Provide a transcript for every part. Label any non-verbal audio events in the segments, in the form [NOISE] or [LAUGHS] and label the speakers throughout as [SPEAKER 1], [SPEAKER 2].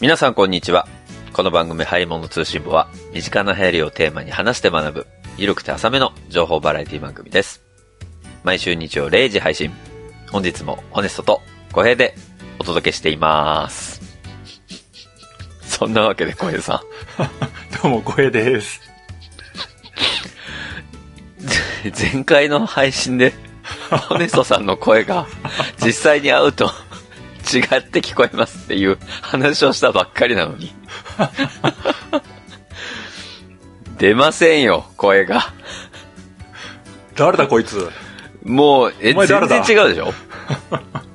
[SPEAKER 1] 皆さんこんにちは。この番組、ハイモノ通信簿は、身近な流行りをテーマに話して学ぶ、緩くて浅めの情報バラエティ番組です。毎週日曜0時配信。本日も、ホネストと、小平で、お届けしています。そんなわけで、小平さ
[SPEAKER 2] どうも、光栄です。
[SPEAKER 1] ん。 [LAUGHS] 前回の配信で、ホネストさんの声が、実際に会うと、違って聞こえますっていう話をしたばっかりなのに。 [LAUGHS] 出ませんよ、声が。
[SPEAKER 2] 誰だこいつ。
[SPEAKER 1] もう、え、
[SPEAKER 2] お前
[SPEAKER 1] 全
[SPEAKER 2] 誰
[SPEAKER 1] 然
[SPEAKER 2] だ
[SPEAKER 1] 違うでしょ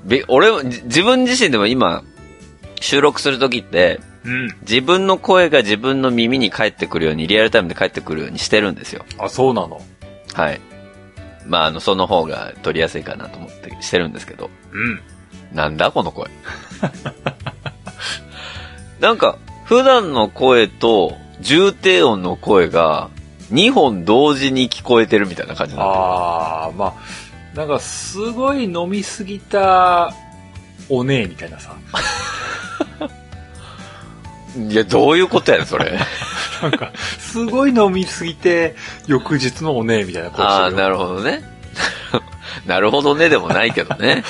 [SPEAKER 1] び俺も、じ自分自身でも今、収録するときって、
[SPEAKER 2] うん。
[SPEAKER 1] 自分の声が自分の耳に返ってくるように、リアルタイムで返ってくるようにしてるんですよ。
[SPEAKER 2] あ、そうなの。
[SPEAKER 1] はい。まあ、あの、その方が取りやすいかなと思ってしてるんですけど。
[SPEAKER 2] うん。
[SPEAKER 1] なんだこの声。 [LAUGHS] なんか、普段の声と、重低音の声が、2本同時に聞こえてるみたいな感じなんだ
[SPEAKER 2] あー、まあ、なんか、すごい飲みすぎた、お姉みたいなさ。
[SPEAKER 1] いや、 [LAUGHS] どういうことやねん、それ。
[SPEAKER 2] なんか、すごい飲みすぎて、翌日のお姉みたいな声
[SPEAKER 1] ああ、
[SPEAKER 2] してる
[SPEAKER 1] な
[SPEAKER 2] よ。
[SPEAKER 1] るほどね。 [LAUGHS] なるほどねでもないけど [LAUGHS] ね。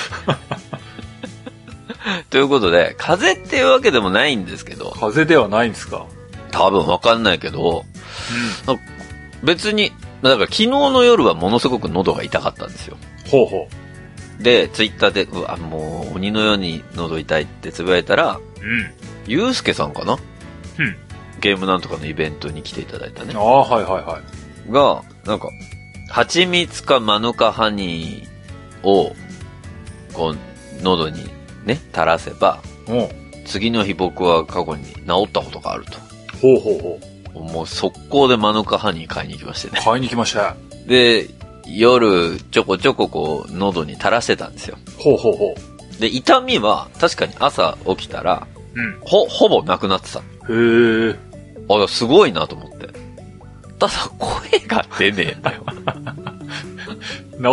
[SPEAKER 1] ということで、風邪っていうわけでもないんですけど、
[SPEAKER 2] 風邪ではないんですか。
[SPEAKER 1] 多分わかんないけど、別に、だから昨日の夜はものすごく喉が痛かったんですよ。
[SPEAKER 2] うん。ほうほ
[SPEAKER 1] で、ツイッターで、うわ、もう鬼のように喉痛いってつぶやいたら、
[SPEAKER 2] う。うん。
[SPEAKER 1] ゆうすけさんかな
[SPEAKER 2] うん。
[SPEAKER 1] ゲームなんとかのイベントに来ていただいたね
[SPEAKER 2] あ。あ、はいはいはい。
[SPEAKER 1] が、なんか、蜂蜜かマヌカハニーを、こう、喉にね、垂らせば、
[SPEAKER 2] うん。
[SPEAKER 1] 次の日僕は過去に治ったことがある
[SPEAKER 2] ほうほうほう。
[SPEAKER 1] と。もう速攻でマヌカハニー買いに行きましてね。
[SPEAKER 2] 買いに来ました。
[SPEAKER 1] で、夜、ちょこちょここう、喉に垂らしてたんですよ。
[SPEAKER 2] ほうほうほ
[SPEAKER 1] で、痛みは、確かに朝起きたら、
[SPEAKER 2] う。うん。
[SPEAKER 1] ほ、ほぼなくなってた。
[SPEAKER 2] へえ。
[SPEAKER 1] あ、すごいなと思って。ただ、声が出ねえんだよ。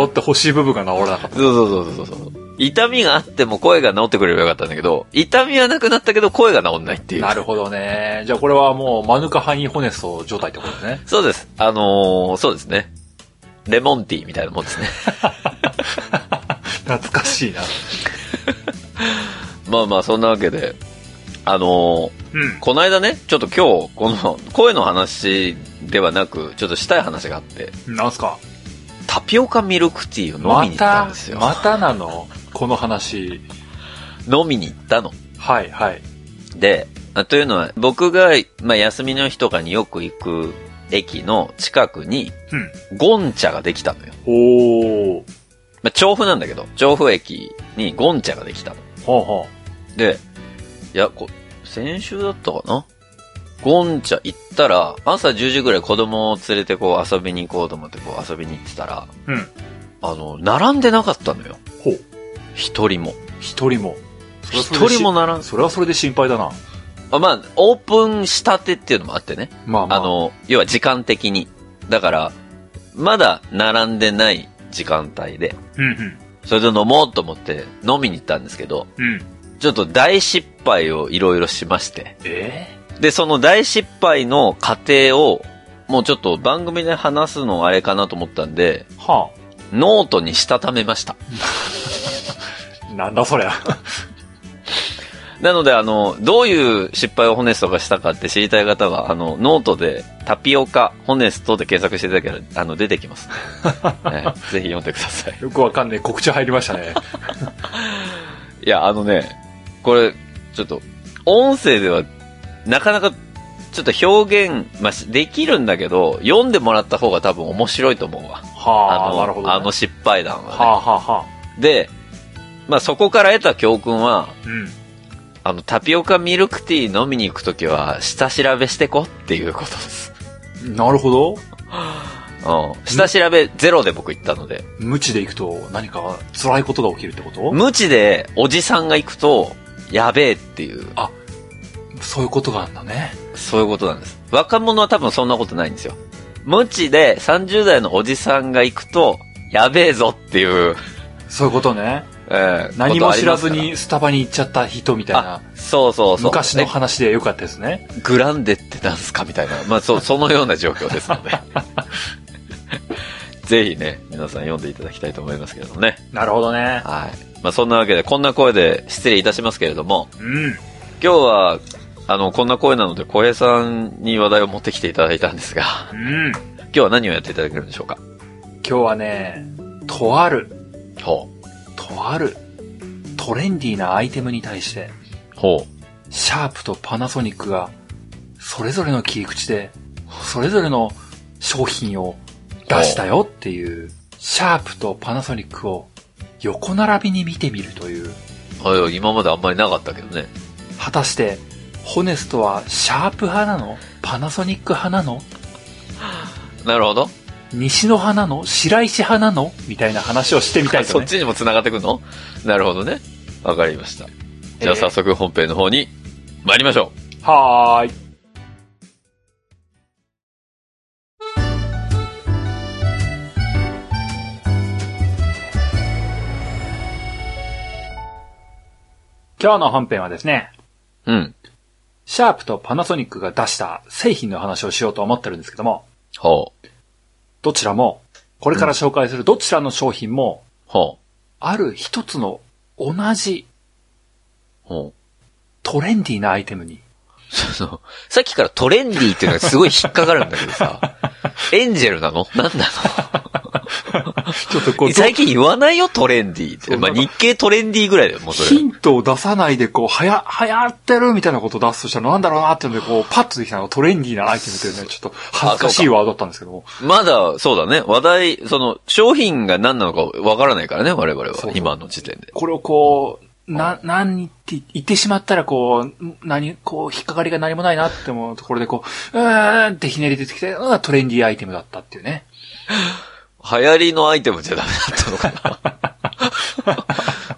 [SPEAKER 2] 治ってほしい部分が治らなかった。
[SPEAKER 1] [LAUGHS] そうそうそうそうそう。痛みがあっても声が治ってくれればよかったんだけど、痛みはなくなったけど声が治んないっていう。
[SPEAKER 2] なるほどね。じゃあこれはもう、マヌカハニーホネスト状態ってことですね。
[SPEAKER 1] そうです。あのー、そうですね。レモンティーみたいなもんですね。 [LAUGHS]
[SPEAKER 2] [LAUGHS] 懐かしいな。
[SPEAKER 1] まあまあ、そんなわけで、あのー、
[SPEAKER 2] うん。
[SPEAKER 1] この間ね、ちょっと今日、この声の話ではなく、ちょっとしたい話があって、
[SPEAKER 2] なんすか
[SPEAKER 1] タピオカミルクティーを飲
[SPEAKER 2] ま
[SPEAKER 1] みに行ったん
[SPEAKER 2] た
[SPEAKER 1] です、よ。
[SPEAKER 2] またなのこの話。
[SPEAKER 1] 飲みに行ったの。
[SPEAKER 2] はい、はい。
[SPEAKER 1] で、あというのは、僕が、まあ、休みの日とかによく行く駅の近くに、
[SPEAKER 2] うん。
[SPEAKER 1] ゴンチャができたのよ。
[SPEAKER 2] おー。
[SPEAKER 1] まあ、調布なんだけど、調布駅にゴンチャができたの。
[SPEAKER 2] ほうほ
[SPEAKER 1] で、いや、こ、先週だったかなゴンチャ行ったら、朝10時ぐらい子供を連れてこう遊びに行こうと思ってこう遊びに行ってたら、
[SPEAKER 2] う。うん。
[SPEAKER 1] あの、並んでなかったのよ。
[SPEAKER 2] ほう。
[SPEAKER 1] 一人も。
[SPEAKER 2] 一人も。それはそ
[SPEAKER 1] 一
[SPEAKER 2] れでし
[SPEAKER 1] 人も並ん
[SPEAKER 2] それはそれで心配だな。
[SPEAKER 1] あまあ、オープンしたてっていうのもあってね。
[SPEAKER 2] まあまあ。
[SPEAKER 1] あ、の、要は時間的に。だから、まだ並んでない時間帯で、
[SPEAKER 2] うんうん。
[SPEAKER 1] それで飲もうと思って飲みに行ったんですけど、
[SPEAKER 2] うん。
[SPEAKER 1] ちょっと大失敗をいろいろしまして。
[SPEAKER 2] え
[SPEAKER 1] で、その大失敗の過程を、もうちょっと番組で話すのあれかなと思ったんで、
[SPEAKER 2] ー、は
[SPEAKER 1] ノートにしたためました。
[SPEAKER 2] あ。なんだそりゃ。 [LAUGHS]
[SPEAKER 1] なので、あの、どういう失敗をホネストがしたかって知りたい方は、あの、ノートでタピオカ、ホネストで検索していただけたら、あの、出てき
[SPEAKER 2] [LAUGHS]
[SPEAKER 1] ます、ねぜひ読んでください。
[SPEAKER 2] よくわかんねえ。告知入りました [LAUGHS] ね。
[SPEAKER 1] いや、あのね、これ、ちょっと、音声では、なかなか、ちょっと表現、まあ、しできるんだけど、読んでもらった方が多分面白いと思うわ。
[SPEAKER 2] はあ、
[SPEAKER 1] の、
[SPEAKER 2] なるほど、ね。
[SPEAKER 1] あの失敗談は、ね。
[SPEAKER 2] はあ、はあ、はあ。
[SPEAKER 1] で、まあ、そこから得た教訓は、
[SPEAKER 2] うん。
[SPEAKER 1] あの、タピオカミルクティー飲みに行くときは、下調べしてこっていうことです。
[SPEAKER 2] なるほど。
[SPEAKER 1] うん。下調べゼロで僕行ったので、
[SPEAKER 2] 無知で行くと何か辛いことが起きるってこと
[SPEAKER 1] 無知でおじさんが行くと、やべえっていう、
[SPEAKER 2] そういうことがあんだね。
[SPEAKER 1] そういうことなんです。若者は多分そんなことないんですよ。無知で30代のおじさんが行くと、やべえぞっていう、
[SPEAKER 2] そういうことね。
[SPEAKER 1] ええ
[SPEAKER 2] 何も知ら
[SPEAKER 1] こ
[SPEAKER 2] ず。
[SPEAKER 1] とあり
[SPEAKER 2] にスタバに行っちゃった人みたいな、
[SPEAKER 1] ますからそうそうそう。
[SPEAKER 2] 昔の話でよかったですね。
[SPEAKER 1] えグランデってなんすかみたいな。まあ、そう、そのような状況ですの
[SPEAKER 2] [LAUGHS]
[SPEAKER 1] で。ぜひね、皆さん読んでいただきたいと思いますけどね。
[SPEAKER 2] なるほどね。
[SPEAKER 1] はい。まあ、そんなわけで、こんな声で失礼いたしますけれども、
[SPEAKER 2] うん。
[SPEAKER 1] 今日は、あの、こんな声なので、小平さんに話題を持ってきていただいたんですが、
[SPEAKER 2] うん。
[SPEAKER 1] 今日は何をやっていただけるんでしょうか
[SPEAKER 2] 今日はね、とある、
[SPEAKER 1] ほ
[SPEAKER 2] とある、トレンディーなアイテムに対して、
[SPEAKER 1] う。ほ
[SPEAKER 2] シャープとパナソニックが、それぞれの切り口で、それぞれの商品を出したよっていう、シャープとパナソニックを横並びに見てみるという、
[SPEAKER 1] う。あいや今まであんまりなかったけどね。
[SPEAKER 2] 果たして、ホネストはシャープ派なのパナソニック派なの
[SPEAKER 1] なるほど。
[SPEAKER 2] 西野派なの白石派なのみたいな話をしてみたいと
[SPEAKER 1] そっ
[SPEAKER 2] ね。
[SPEAKER 1] ちにも繋がってくんのなるほどね。わかりました。じゃあ
[SPEAKER 2] えー
[SPEAKER 1] 早速本編の方に参りましょう。
[SPEAKER 2] はーい。今日の本編はですね、
[SPEAKER 1] うん。
[SPEAKER 2] シャープとパナソニックが出した製品の話をしようと思ってるんですけども、
[SPEAKER 1] ほう。
[SPEAKER 2] どちらも、これから紹介するどちらの商品も、
[SPEAKER 1] ほう。
[SPEAKER 2] ある一つの同じ
[SPEAKER 1] ほう。
[SPEAKER 2] トレンディーなアイテムに、
[SPEAKER 1] その、さっきからトレンディーっていうのがすごい引っかかるんだけど
[SPEAKER 2] [LAUGHS]
[SPEAKER 1] さ。エンジェルなのなんな
[SPEAKER 2] [LAUGHS] ちょっとこ
[SPEAKER 1] の最近言わないよ、トレンディーっ
[SPEAKER 2] そ [LAUGHS]
[SPEAKER 1] て。
[SPEAKER 2] う
[SPEAKER 1] まあ、
[SPEAKER 2] なんか
[SPEAKER 1] 日経トレンディーぐらいだよ、もうそ
[SPEAKER 2] ヒ
[SPEAKER 1] れ。
[SPEAKER 2] ントを出さないで、こう、はや、流行ってるみたいなことを出すとしたら、なんだろうなっていうので、こう、パッとできたのがトレンディーなアイテムというね、ちょっと恥ずかしいワードだったんですけども。
[SPEAKER 1] まだ、そうだね。話題、その、商品が何なのかわからないからね、我々
[SPEAKER 2] そうそ
[SPEAKER 1] は。
[SPEAKER 2] う
[SPEAKER 1] 今の時点で。
[SPEAKER 2] これをこう、な、何って言ってしまったら、こう、何、こう、引っかかりが何もないなって思うところで、こう、うーんってひねり出てきて、うん、トレンディーアイテムだったっていうね。
[SPEAKER 1] 流行りのアイテムじゃダメだったのかな。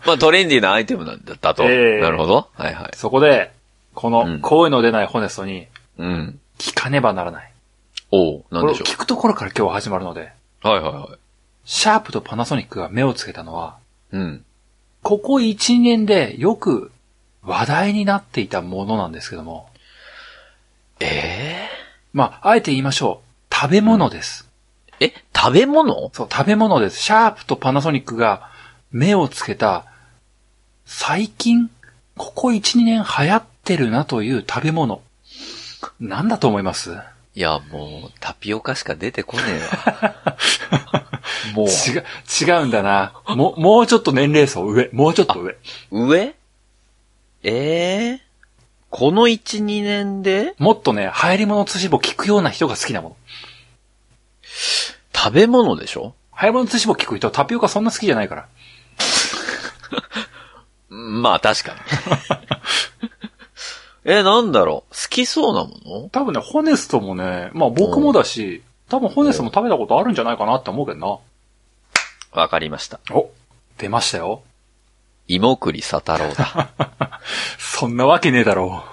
[SPEAKER 1] まあトレンディーなアイテムなんだったと。
[SPEAKER 2] ええ
[SPEAKER 1] なるほど。はいはい。
[SPEAKER 2] そこで、こ
[SPEAKER 1] うん
[SPEAKER 2] の、声の出ないホネストに、
[SPEAKER 1] うん。
[SPEAKER 2] 聞かねばならない。
[SPEAKER 1] おう、なん
[SPEAKER 2] これ
[SPEAKER 1] で
[SPEAKER 2] を
[SPEAKER 1] しょ
[SPEAKER 2] 聞くところから今日は始まるので、
[SPEAKER 1] う。はいはいはい。
[SPEAKER 2] シャープとパナソニックが目をつけたのは、
[SPEAKER 1] うん。
[SPEAKER 2] ここ1年でよく話題になっていたものなんですけども。
[SPEAKER 1] え
[SPEAKER 2] まあ、あえて言いましょう。食べ物です。
[SPEAKER 1] ええ、食べ物
[SPEAKER 2] そう、食べ物です。シャープとパナソニックが目をつけた、最近、ここ1、2年流行ってるなという食べ物。なんだと思います
[SPEAKER 1] いや、もう、タピオカしか出てこねえわ。も
[SPEAKER 2] 違う、違うんだな。もう、もうちょっと年齢層上。もうちょっと上。
[SPEAKER 1] う、上ええこの1、2年で
[SPEAKER 2] もっとね、流行り物通信簿聞くような人が好きなもの。
[SPEAKER 1] 食べ物でしょ
[SPEAKER 2] 流行り物通信簿聞く人、タピオカそんな好きじゃないから。
[SPEAKER 1] まあ確かに。え、なんだろう好きそうなもの
[SPEAKER 2] 多分ね、ホネストもね、まあ僕もだし、多分ホネストも食べたことあるんじゃないかなって思うけどな。
[SPEAKER 1] わかりました。
[SPEAKER 2] お出ましたよ。
[SPEAKER 1] 芋栗佐太郎だ。 [LAUGHS]
[SPEAKER 2] そんなわけねえだろ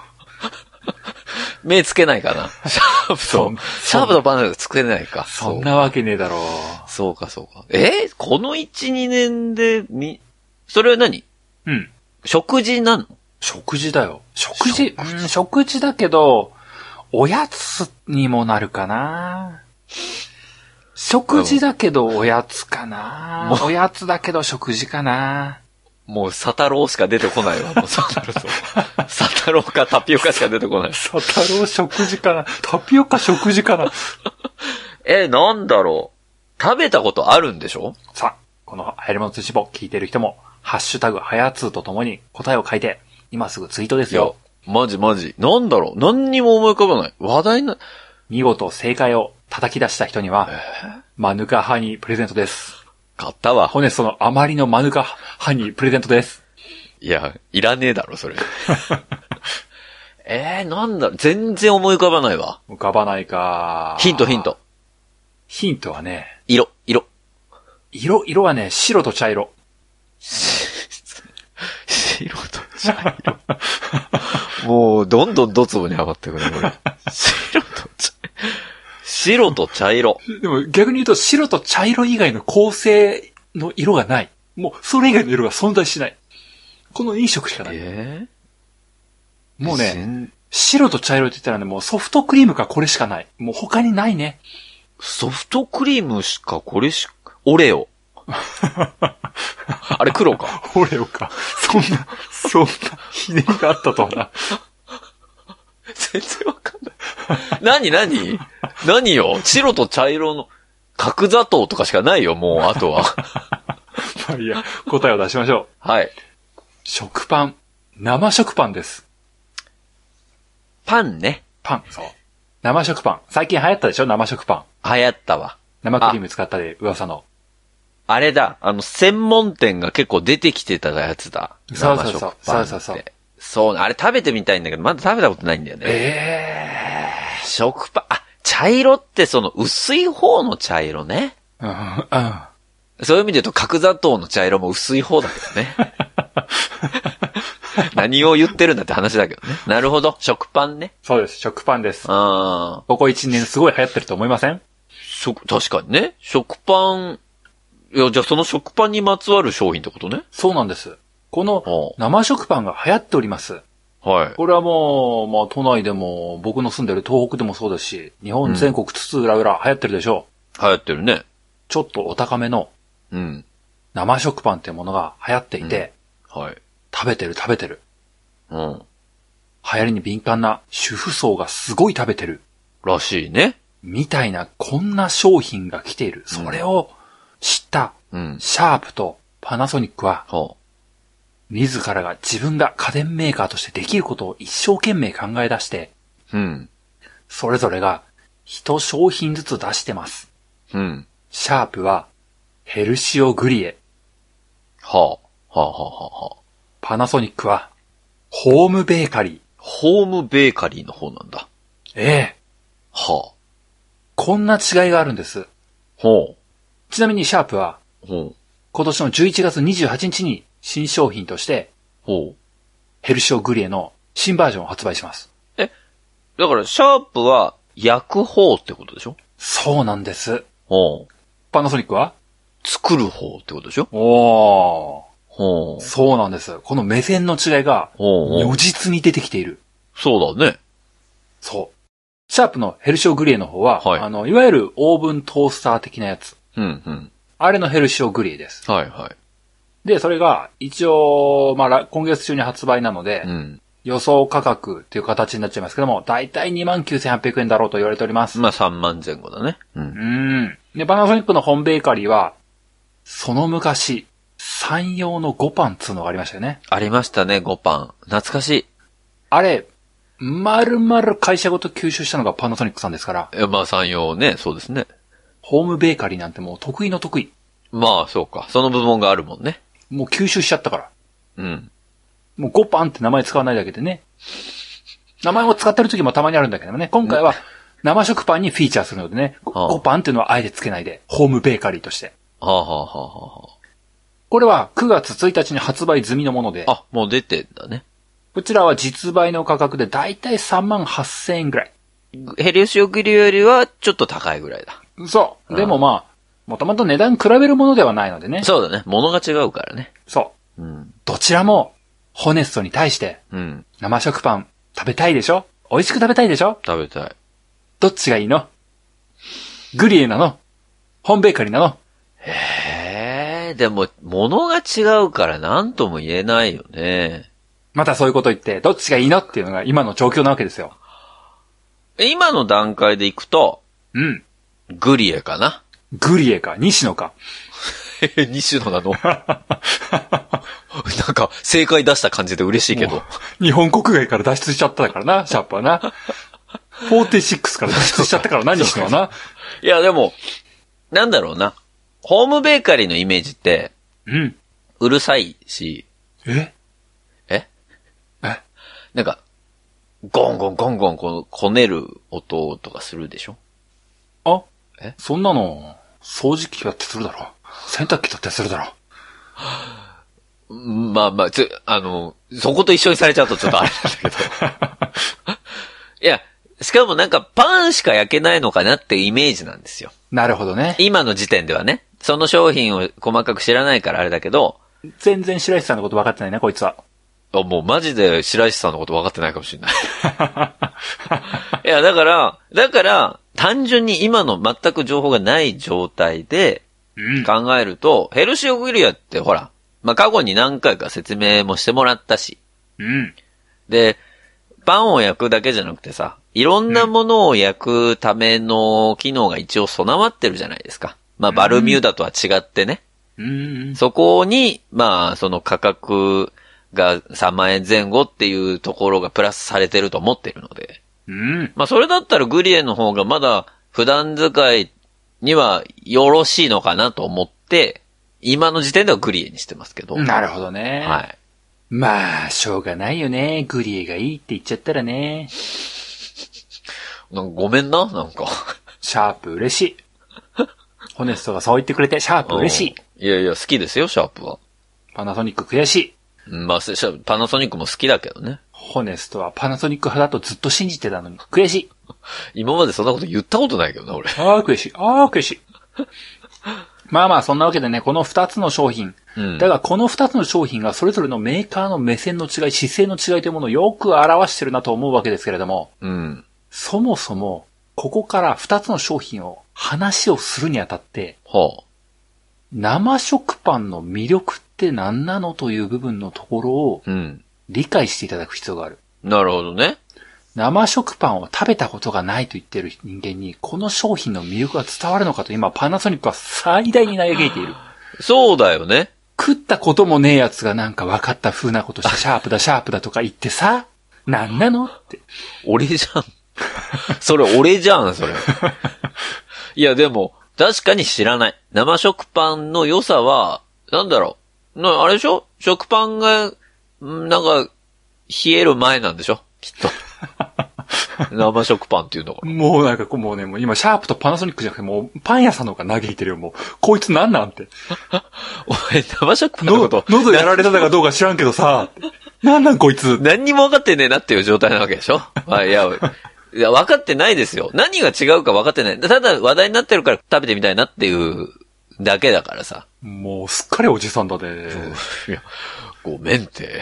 [SPEAKER 1] 目つけない
[SPEAKER 2] [LAUGHS]
[SPEAKER 1] かな。シャープ
[SPEAKER 2] そん
[SPEAKER 1] と、シャープとパネルつけないか。
[SPEAKER 2] う。そんなわけねえだろう。
[SPEAKER 1] そう。そうか、そうか。えーこの1、2年で、み、それは何
[SPEAKER 2] うん。
[SPEAKER 1] 食事なの
[SPEAKER 2] 食事だよ。食事、うん、食事だけど、おやつにもなるかな。食事だけどおやつかな。おやつだけど食事かな。
[SPEAKER 1] もう、佐太郎しか出てこ
[SPEAKER 2] [LAUGHS]
[SPEAKER 1] ないわ。もうそうなると。佐太郎かタピオカしか出てこない。
[SPEAKER 2] サタロウ食事かな。タピオカ食事かな。
[SPEAKER 1] えーなんだろう食べたことあるんでしょ
[SPEAKER 2] さあ、この流行り物通知簿聞いてる人も、ハッシュタグ、はやつーとともに答えを書いて、今すぐツイートです
[SPEAKER 1] いや
[SPEAKER 2] よ。、
[SPEAKER 1] マジマジ。なんだろう何にも思い浮かばない。話題な、
[SPEAKER 2] 見事正解を叩き出した人には、マヌカハニープレゼントです。
[SPEAKER 1] 買ったわ。
[SPEAKER 2] ホネストのあまりのマヌカハニープレゼントです。
[SPEAKER 1] いや、いらねえだろ、それ。 [LAUGHS] えー、なんだろう、全然思い浮かばないわ。
[SPEAKER 2] 浮かばないか
[SPEAKER 1] ヒント、ヒン。ト。
[SPEAKER 2] ヒントはね、
[SPEAKER 1] 色、色。
[SPEAKER 2] 色、色はね、白と茶色。
[SPEAKER 1] 白と茶色。もう、どんどんドツボに上がってくるね、これ。白と茶、白と茶色。
[SPEAKER 2] でも逆に言うと、白と茶色以外の構成の色がない。もう、それ以外の色は存在しない。この飲食しかない。
[SPEAKER 1] えー
[SPEAKER 2] もうね、
[SPEAKER 1] 全
[SPEAKER 2] 白と茶色って言ったらね、もうソフトクリームかこれしかない。もう他にないね。
[SPEAKER 1] ソフトクリームしか、これしか、オレオ。あれ黒か。
[SPEAKER 2] オレオか。そんな、そんなひねりがあったとはな。
[SPEAKER 1] 全然わかんない。何何何よ白と茶色の角砂糖とかしかないよ、もう、あ
[SPEAKER 2] [LAUGHS]
[SPEAKER 1] とは。
[SPEAKER 2] まあいいや、答えを出しましょう。
[SPEAKER 1] はい。
[SPEAKER 2] 食パン。生食パンです。
[SPEAKER 1] パンね。
[SPEAKER 2] パン。そう。生食パン。最近流行ったでしょ生食パン。
[SPEAKER 1] 流行ったわ。
[SPEAKER 2] 生クリーム使ったで噂の。
[SPEAKER 1] あれだ、あの、専門店が結構出てきてたやつだ。
[SPEAKER 2] そうそ
[SPEAKER 1] 生
[SPEAKER 2] うそう
[SPEAKER 1] 食パンって
[SPEAKER 2] そうそうそう
[SPEAKER 1] そうあれ食べてみたいんだけど、まだ食べたことないんだよね。
[SPEAKER 2] え
[SPEAKER 1] 食パン、あ、茶色ってその薄い方の茶色ね。
[SPEAKER 2] えうん、うん。
[SPEAKER 1] そういう意味で言うと角砂糖の茶色も薄い方だけどね。何を言ってるんだって話だけどね。なるほど。食パンね。
[SPEAKER 2] そうです。食パンです。
[SPEAKER 1] ああ。
[SPEAKER 2] ここ1年すごい流行ってると思いません
[SPEAKER 1] 食、確かにね。食パン、いや、じゃあその食パンにまつわる商品ってことね。
[SPEAKER 2] そうなんです。この
[SPEAKER 1] お
[SPEAKER 2] 生食パンが流行っております。
[SPEAKER 1] はい。
[SPEAKER 2] これはもう、まあ都内でも、僕の住んでる東北でもそうですし、日本全国津々浦々流行ってるでしょう。
[SPEAKER 1] 流行ってるね。
[SPEAKER 2] ちょっとお高めの
[SPEAKER 1] うん。
[SPEAKER 2] 生食パンっていうものが流行っていて、
[SPEAKER 1] はい。
[SPEAKER 2] 食べてる食べてる。
[SPEAKER 1] うん。
[SPEAKER 2] 流行りに敏感な主婦層がすごい食べてる。
[SPEAKER 1] らしいね。
[SPEAKER 2] みたいな、こんな商品が来ている。それを知った
[SPEAKER 1] うん。
[SPEAKER 2] シャープとパナソニックは、
[SPEAKER 1] ほ
[SPEAKER 2] 自らが自分が家電メーカーとしてできることを一生懸命考え出して、
[SPEAKER 1] う。うん。
[SPEAKER 2] それぞれが一商品ずつ出してます。
[SPEAKER 1] うん。
[SPEAKER 2] シャープは、ヘルシオグリエ。
[SPEAKER 1] はあ。はあはあはあはあ。
[SPEAKER 2] パナソニックは、ホームベーカリー。
[SPEAKER 1] ホームベーカリーの方なんだ。
[SPEAKER 2] ええ。
[SPEAKER 1] はあ。
[SPEAKER 2] こんな違いがあるんです。
[SPEAKER 1] ほ
[SPEAKER 2] ちなみにシャープは、
[SPEAKER 1] う。ほう。
[SPEAKER 2] 今年の11月28日に新商品として、
[SPEAKER 1] ほう。
[SPEAKER 2] ヘルシオグリエの新バージョンを発売します。
[SPEAKER 1] だから、シャープは、焼く方ってことでしょ
[SPEAKER 2] そうなんです。
[SPEAKER 1] ほう。
[SPEAKER 2] パナソニックは
[SPEAKER 1] 作る方ってことでしょ
[SPEAKER 2] おー。
[SPEAKER 1] ほう。
[SPEAKER 2] そうなんです。この目線の違いが、
[SPEAKER 1] ほうほ
[SPEAKER 2] 如
[SPEAKER 1] う。
[SPEAKER 2] 実に出てきている。
[SPEAKER 1] そうだね。
[SPEAKER 2] そう。シャープのヘルシオグリエの方は、
[SPEAKER 1] はい
[SPEAKER 2] あの、いわゆるオーブントースター的なやつ。
[SPEAKER 1] うんうん。
[SPEAKER 2] あれのヘルシオグリエです。
[SPEAKER 1] はいは
[SPEAKER 2] で、それが、一応、まあら、今月中に発売なので、
[SPEAKER 1] い。うん。
[SPEAKER 2] 予想価格っていう形になっちゃいますけども、だいたい29,800円だろうと言われております。
[SPEAKER 1] まあ、3万前後だね。う。
[SPEAKER 2] うんん。で、パナソニックのホームベーカリーは、その昔、三用の5パンっつうのがありましたよね。
[SPEAKER 1] ありましたね、5パン。懐かし
[SPEAKER 2] あれ、まるまる会社ごと吸収したのがパナソニックさんですから、
[SPEAKER 1] い。えまあ、3、4ね、そうですね。
[SPEAKER 2] ホームベーカリーなんてもう得意の得意。
[SPEAKER 1] まあ、そうか。その部門があるもんね。
[SPEAKER 2] もう吸収しちゃったから。
[SPEAKER 1] うん。
[SPEAKER 2] もう5パンって名前使わないだけでね。名前を使ってる時もたまにあるんだけどね。今回は生食パンにフィーチャーするのでね。
[SPEAKER 1] はあ
[SPEAKER 2] 5パンっていうのはあえてつけないで、ホームベーカリーとして。
[SPEAKER 1] はあ、はあはあはあは
[SPEAKER 2] これは9月1日に発売済みのもので、
[SPEAKER 1] あ、あ、もう出てんだね。
[SPEAKER 2] こちらは実売の価格でだいたい3万8000円ぐらい。
[SPEAKER 1] ヘリオシオグリよりはちょっと高いぐらいだ。
[SPEAKER 2] そう。でもまあ、もともと値段比べるものではないのでね。
[SPEAKER 1] そうだね。物が違うからね。
[SPEAKER 2] そ
[SPEAKER 1] うん
[SPEAKER 2] う。。どちらも、ホネストに対して、
[SPEAKER 1] うん。
[SPEAKER 2] 生食パン食べたいでしょ美味しく食べたいでしょ
[SPEAKER 1] 食べたい。
[SPEAKER 2] どっちがいいのグリエなのホームベーカリーなの
[SPEAKER 1] へえ、でも、物が違うから何とも言えないよね。
[SPEAKER 2] またそういうこと言って、どっちがいいのっていうのが今の状況なわけですよ。
[SPEAKER 1] 今の段階でいくと、
[SPEAKER 2] うん。
[SPEAKER 1] グリエかな。 [LAUGHS]
[SPEAKER 2] グリエか、西野か。
[SPEAKER 1] え、西野なの [LAUGHS] なんか、正解出した感じで嬉しいけど。
[SPEAKER 2] 日本国外から脱出しちゃったからな、シャープはな。46から脱出しちゃったからな、西野はな。
[SPEAKER 1] いや、でも、なんだろうな。ホームベーカリーのイメージって、
[SPEAKER 2] うん。
[SPEAKER 1] うるさいし、
[SPEAKER 2] え
[SPEAKER 1] え
[SPEAKER 2] え
[SPEAKER 1] なんか、ゴンゴンゴンゴンこの、こねる音とかするでしょ
[SPEAKER 2] あ
[SPEAKER 1] え
[SPEAKER 2] そんなの、掃除機だってするだろ。洗濯機だってするだろ。
[SPEAKER 1] まあまあ、つ、あの、そこと一緒にされちゃうとちょっとあれなんだけど。
[SPEAKER 2] [LAUGHS]
[SPEAKER 1] いや、しかもなんかパンしか焼けないのかなっていうイメージなんですよ。
[SPEAKER 2] なるほどね。
[SPEAKER 1] 今の時点ではね。その商品を細かく知らないからあれだけど、
[SPEAKER 2] 全然白石さんのこと分かってないな、こいつは。
[SPEAKER 1] あもうマジで白石さんのこと分かってないかもしれ
[SPEAKER 2] [LAUGHS]
[SPEAKER 1] ない。いや、だから、だから、単純に今の全く情報がない状態で
[SPEAKER 2] うん。
[SPEAKER 1] 考えると、ヘルシオグリアってほら、まあ、過去に何回か説明もしてもらったし、
[SPEAKER 2] うん。
[SPEAKER 1] で、パンを焼くだけじゃなくてさ、いろんなものを焼くための機能が一応備わってるじゃないですか。まあ、バルミューダとは違ってね。
[SPEAKER 2] うん。
[SPEAKER 1] そこに、まあ、その価格が3万円前後っていうところがプラスされてると思ってるので。
[SPEAKER 2] うん。
[SPEAKER 1] まあ、それだったらグリエの方がまだ普段使いにはよろしいのかなと思って、今の時点ではグリエにしてますけど。
[SPEAKER 2] なるほどね。
[SPEAKER 1] はい。
[SPEAKER 2] まあ、しょうがないよね。グリエがいいって言っちゃったらね。
[SPEAKER 1] なんかごめんな、なんか。
[SPEAKER 2] シャープ嬉しい。ホネストがそう言ってくれて、シャープ嬉しい。
[SPEAKER 1] い。いやいや、好きですよ、シャープは。
[SPEAKER 2] パナソニック悔しい。
[SPEAKER 1] うんまあ、シャパナソニックも好きだけどね。
[SPEAKER 2] ホネストはパナソニック派だとずっと信じてたのに、悔しい。
[SPEAKER 1] 今までそんなこと言ったことないけどな、俺。
[SPEAKER 2] ああ、悔しい。ああ、悔しい。まあまあ、そんなわけでね、この二つの商品。
[SPEAKER 1] うん
[SPEAKER 2] だが、この二つの商品がそれぞれのメーカーの目線の違い、姿勢の違いというものをよく表してるなと思うわけですけれども、
[SPEAKER 1] うん。
[SPEAKER 2] そもそも、ここから二つの商品を話をするにあたって、
[SPEAKER 1] は
[SPEAKER 2] 生食パンの魅力って何なのという部分のところを
[SPEAKER 1] あ。うん。
[SPEAKER 2] 理解していただく必要がある。
[SPEAKER 1] なるほどね。
[SPEAKER 2] 生食パンを食べたことがないと言っている人間に、この商品の魅力が伝わるのかと今パナソニックは最大に嘆いている。
[SPEAKER 1] そうだよね。
[SPEAKER 2] 食ったこともねえやつがなんか分かった風なことして、シャープだシャープだとか言ってさ、なんなのって。
[SPEAKER 1] 俺じゃん。 [LAUGHS] それ俺じゃん、
[SPEAKER 2] [LAUGHS]
[SPEAKER 1] それ。いや、でも、確かに知らない。生食パンの良さは、なんだろう。なあれでしょ食パンが、んなんか、冷える前なんでしょきっ
[SPEAKER 2] [LAUGHS]
[SPEAKER 1] と。生食パンっていうのが。
[SPEAKER 2] もうなんかこうもうね、もう今シャープとパナソニックじゃなくて、もうパン屋さんの方が嘆いてるよ、もう。こいつなんなんって。
[SPEAKER 1] お前、生食パンのこ
[SPEAKER 2] 喉
[SPEAKER 1] と、、
[SPEAKER 2] 喉やられたかどうか知らんけどさ、なんなんこいつ。
[SPEAKER 1] 何にも分かってねえなっていう状態なわけでしょあいや、いや分かってないですよ。何が違うか分かってない。ただ話題になってるから食べてみたいなっていうだけだからさ。
[SPEAKER 2] もうすっかりおじさんだね。
[SPEAKER 1] いや、ごめんって。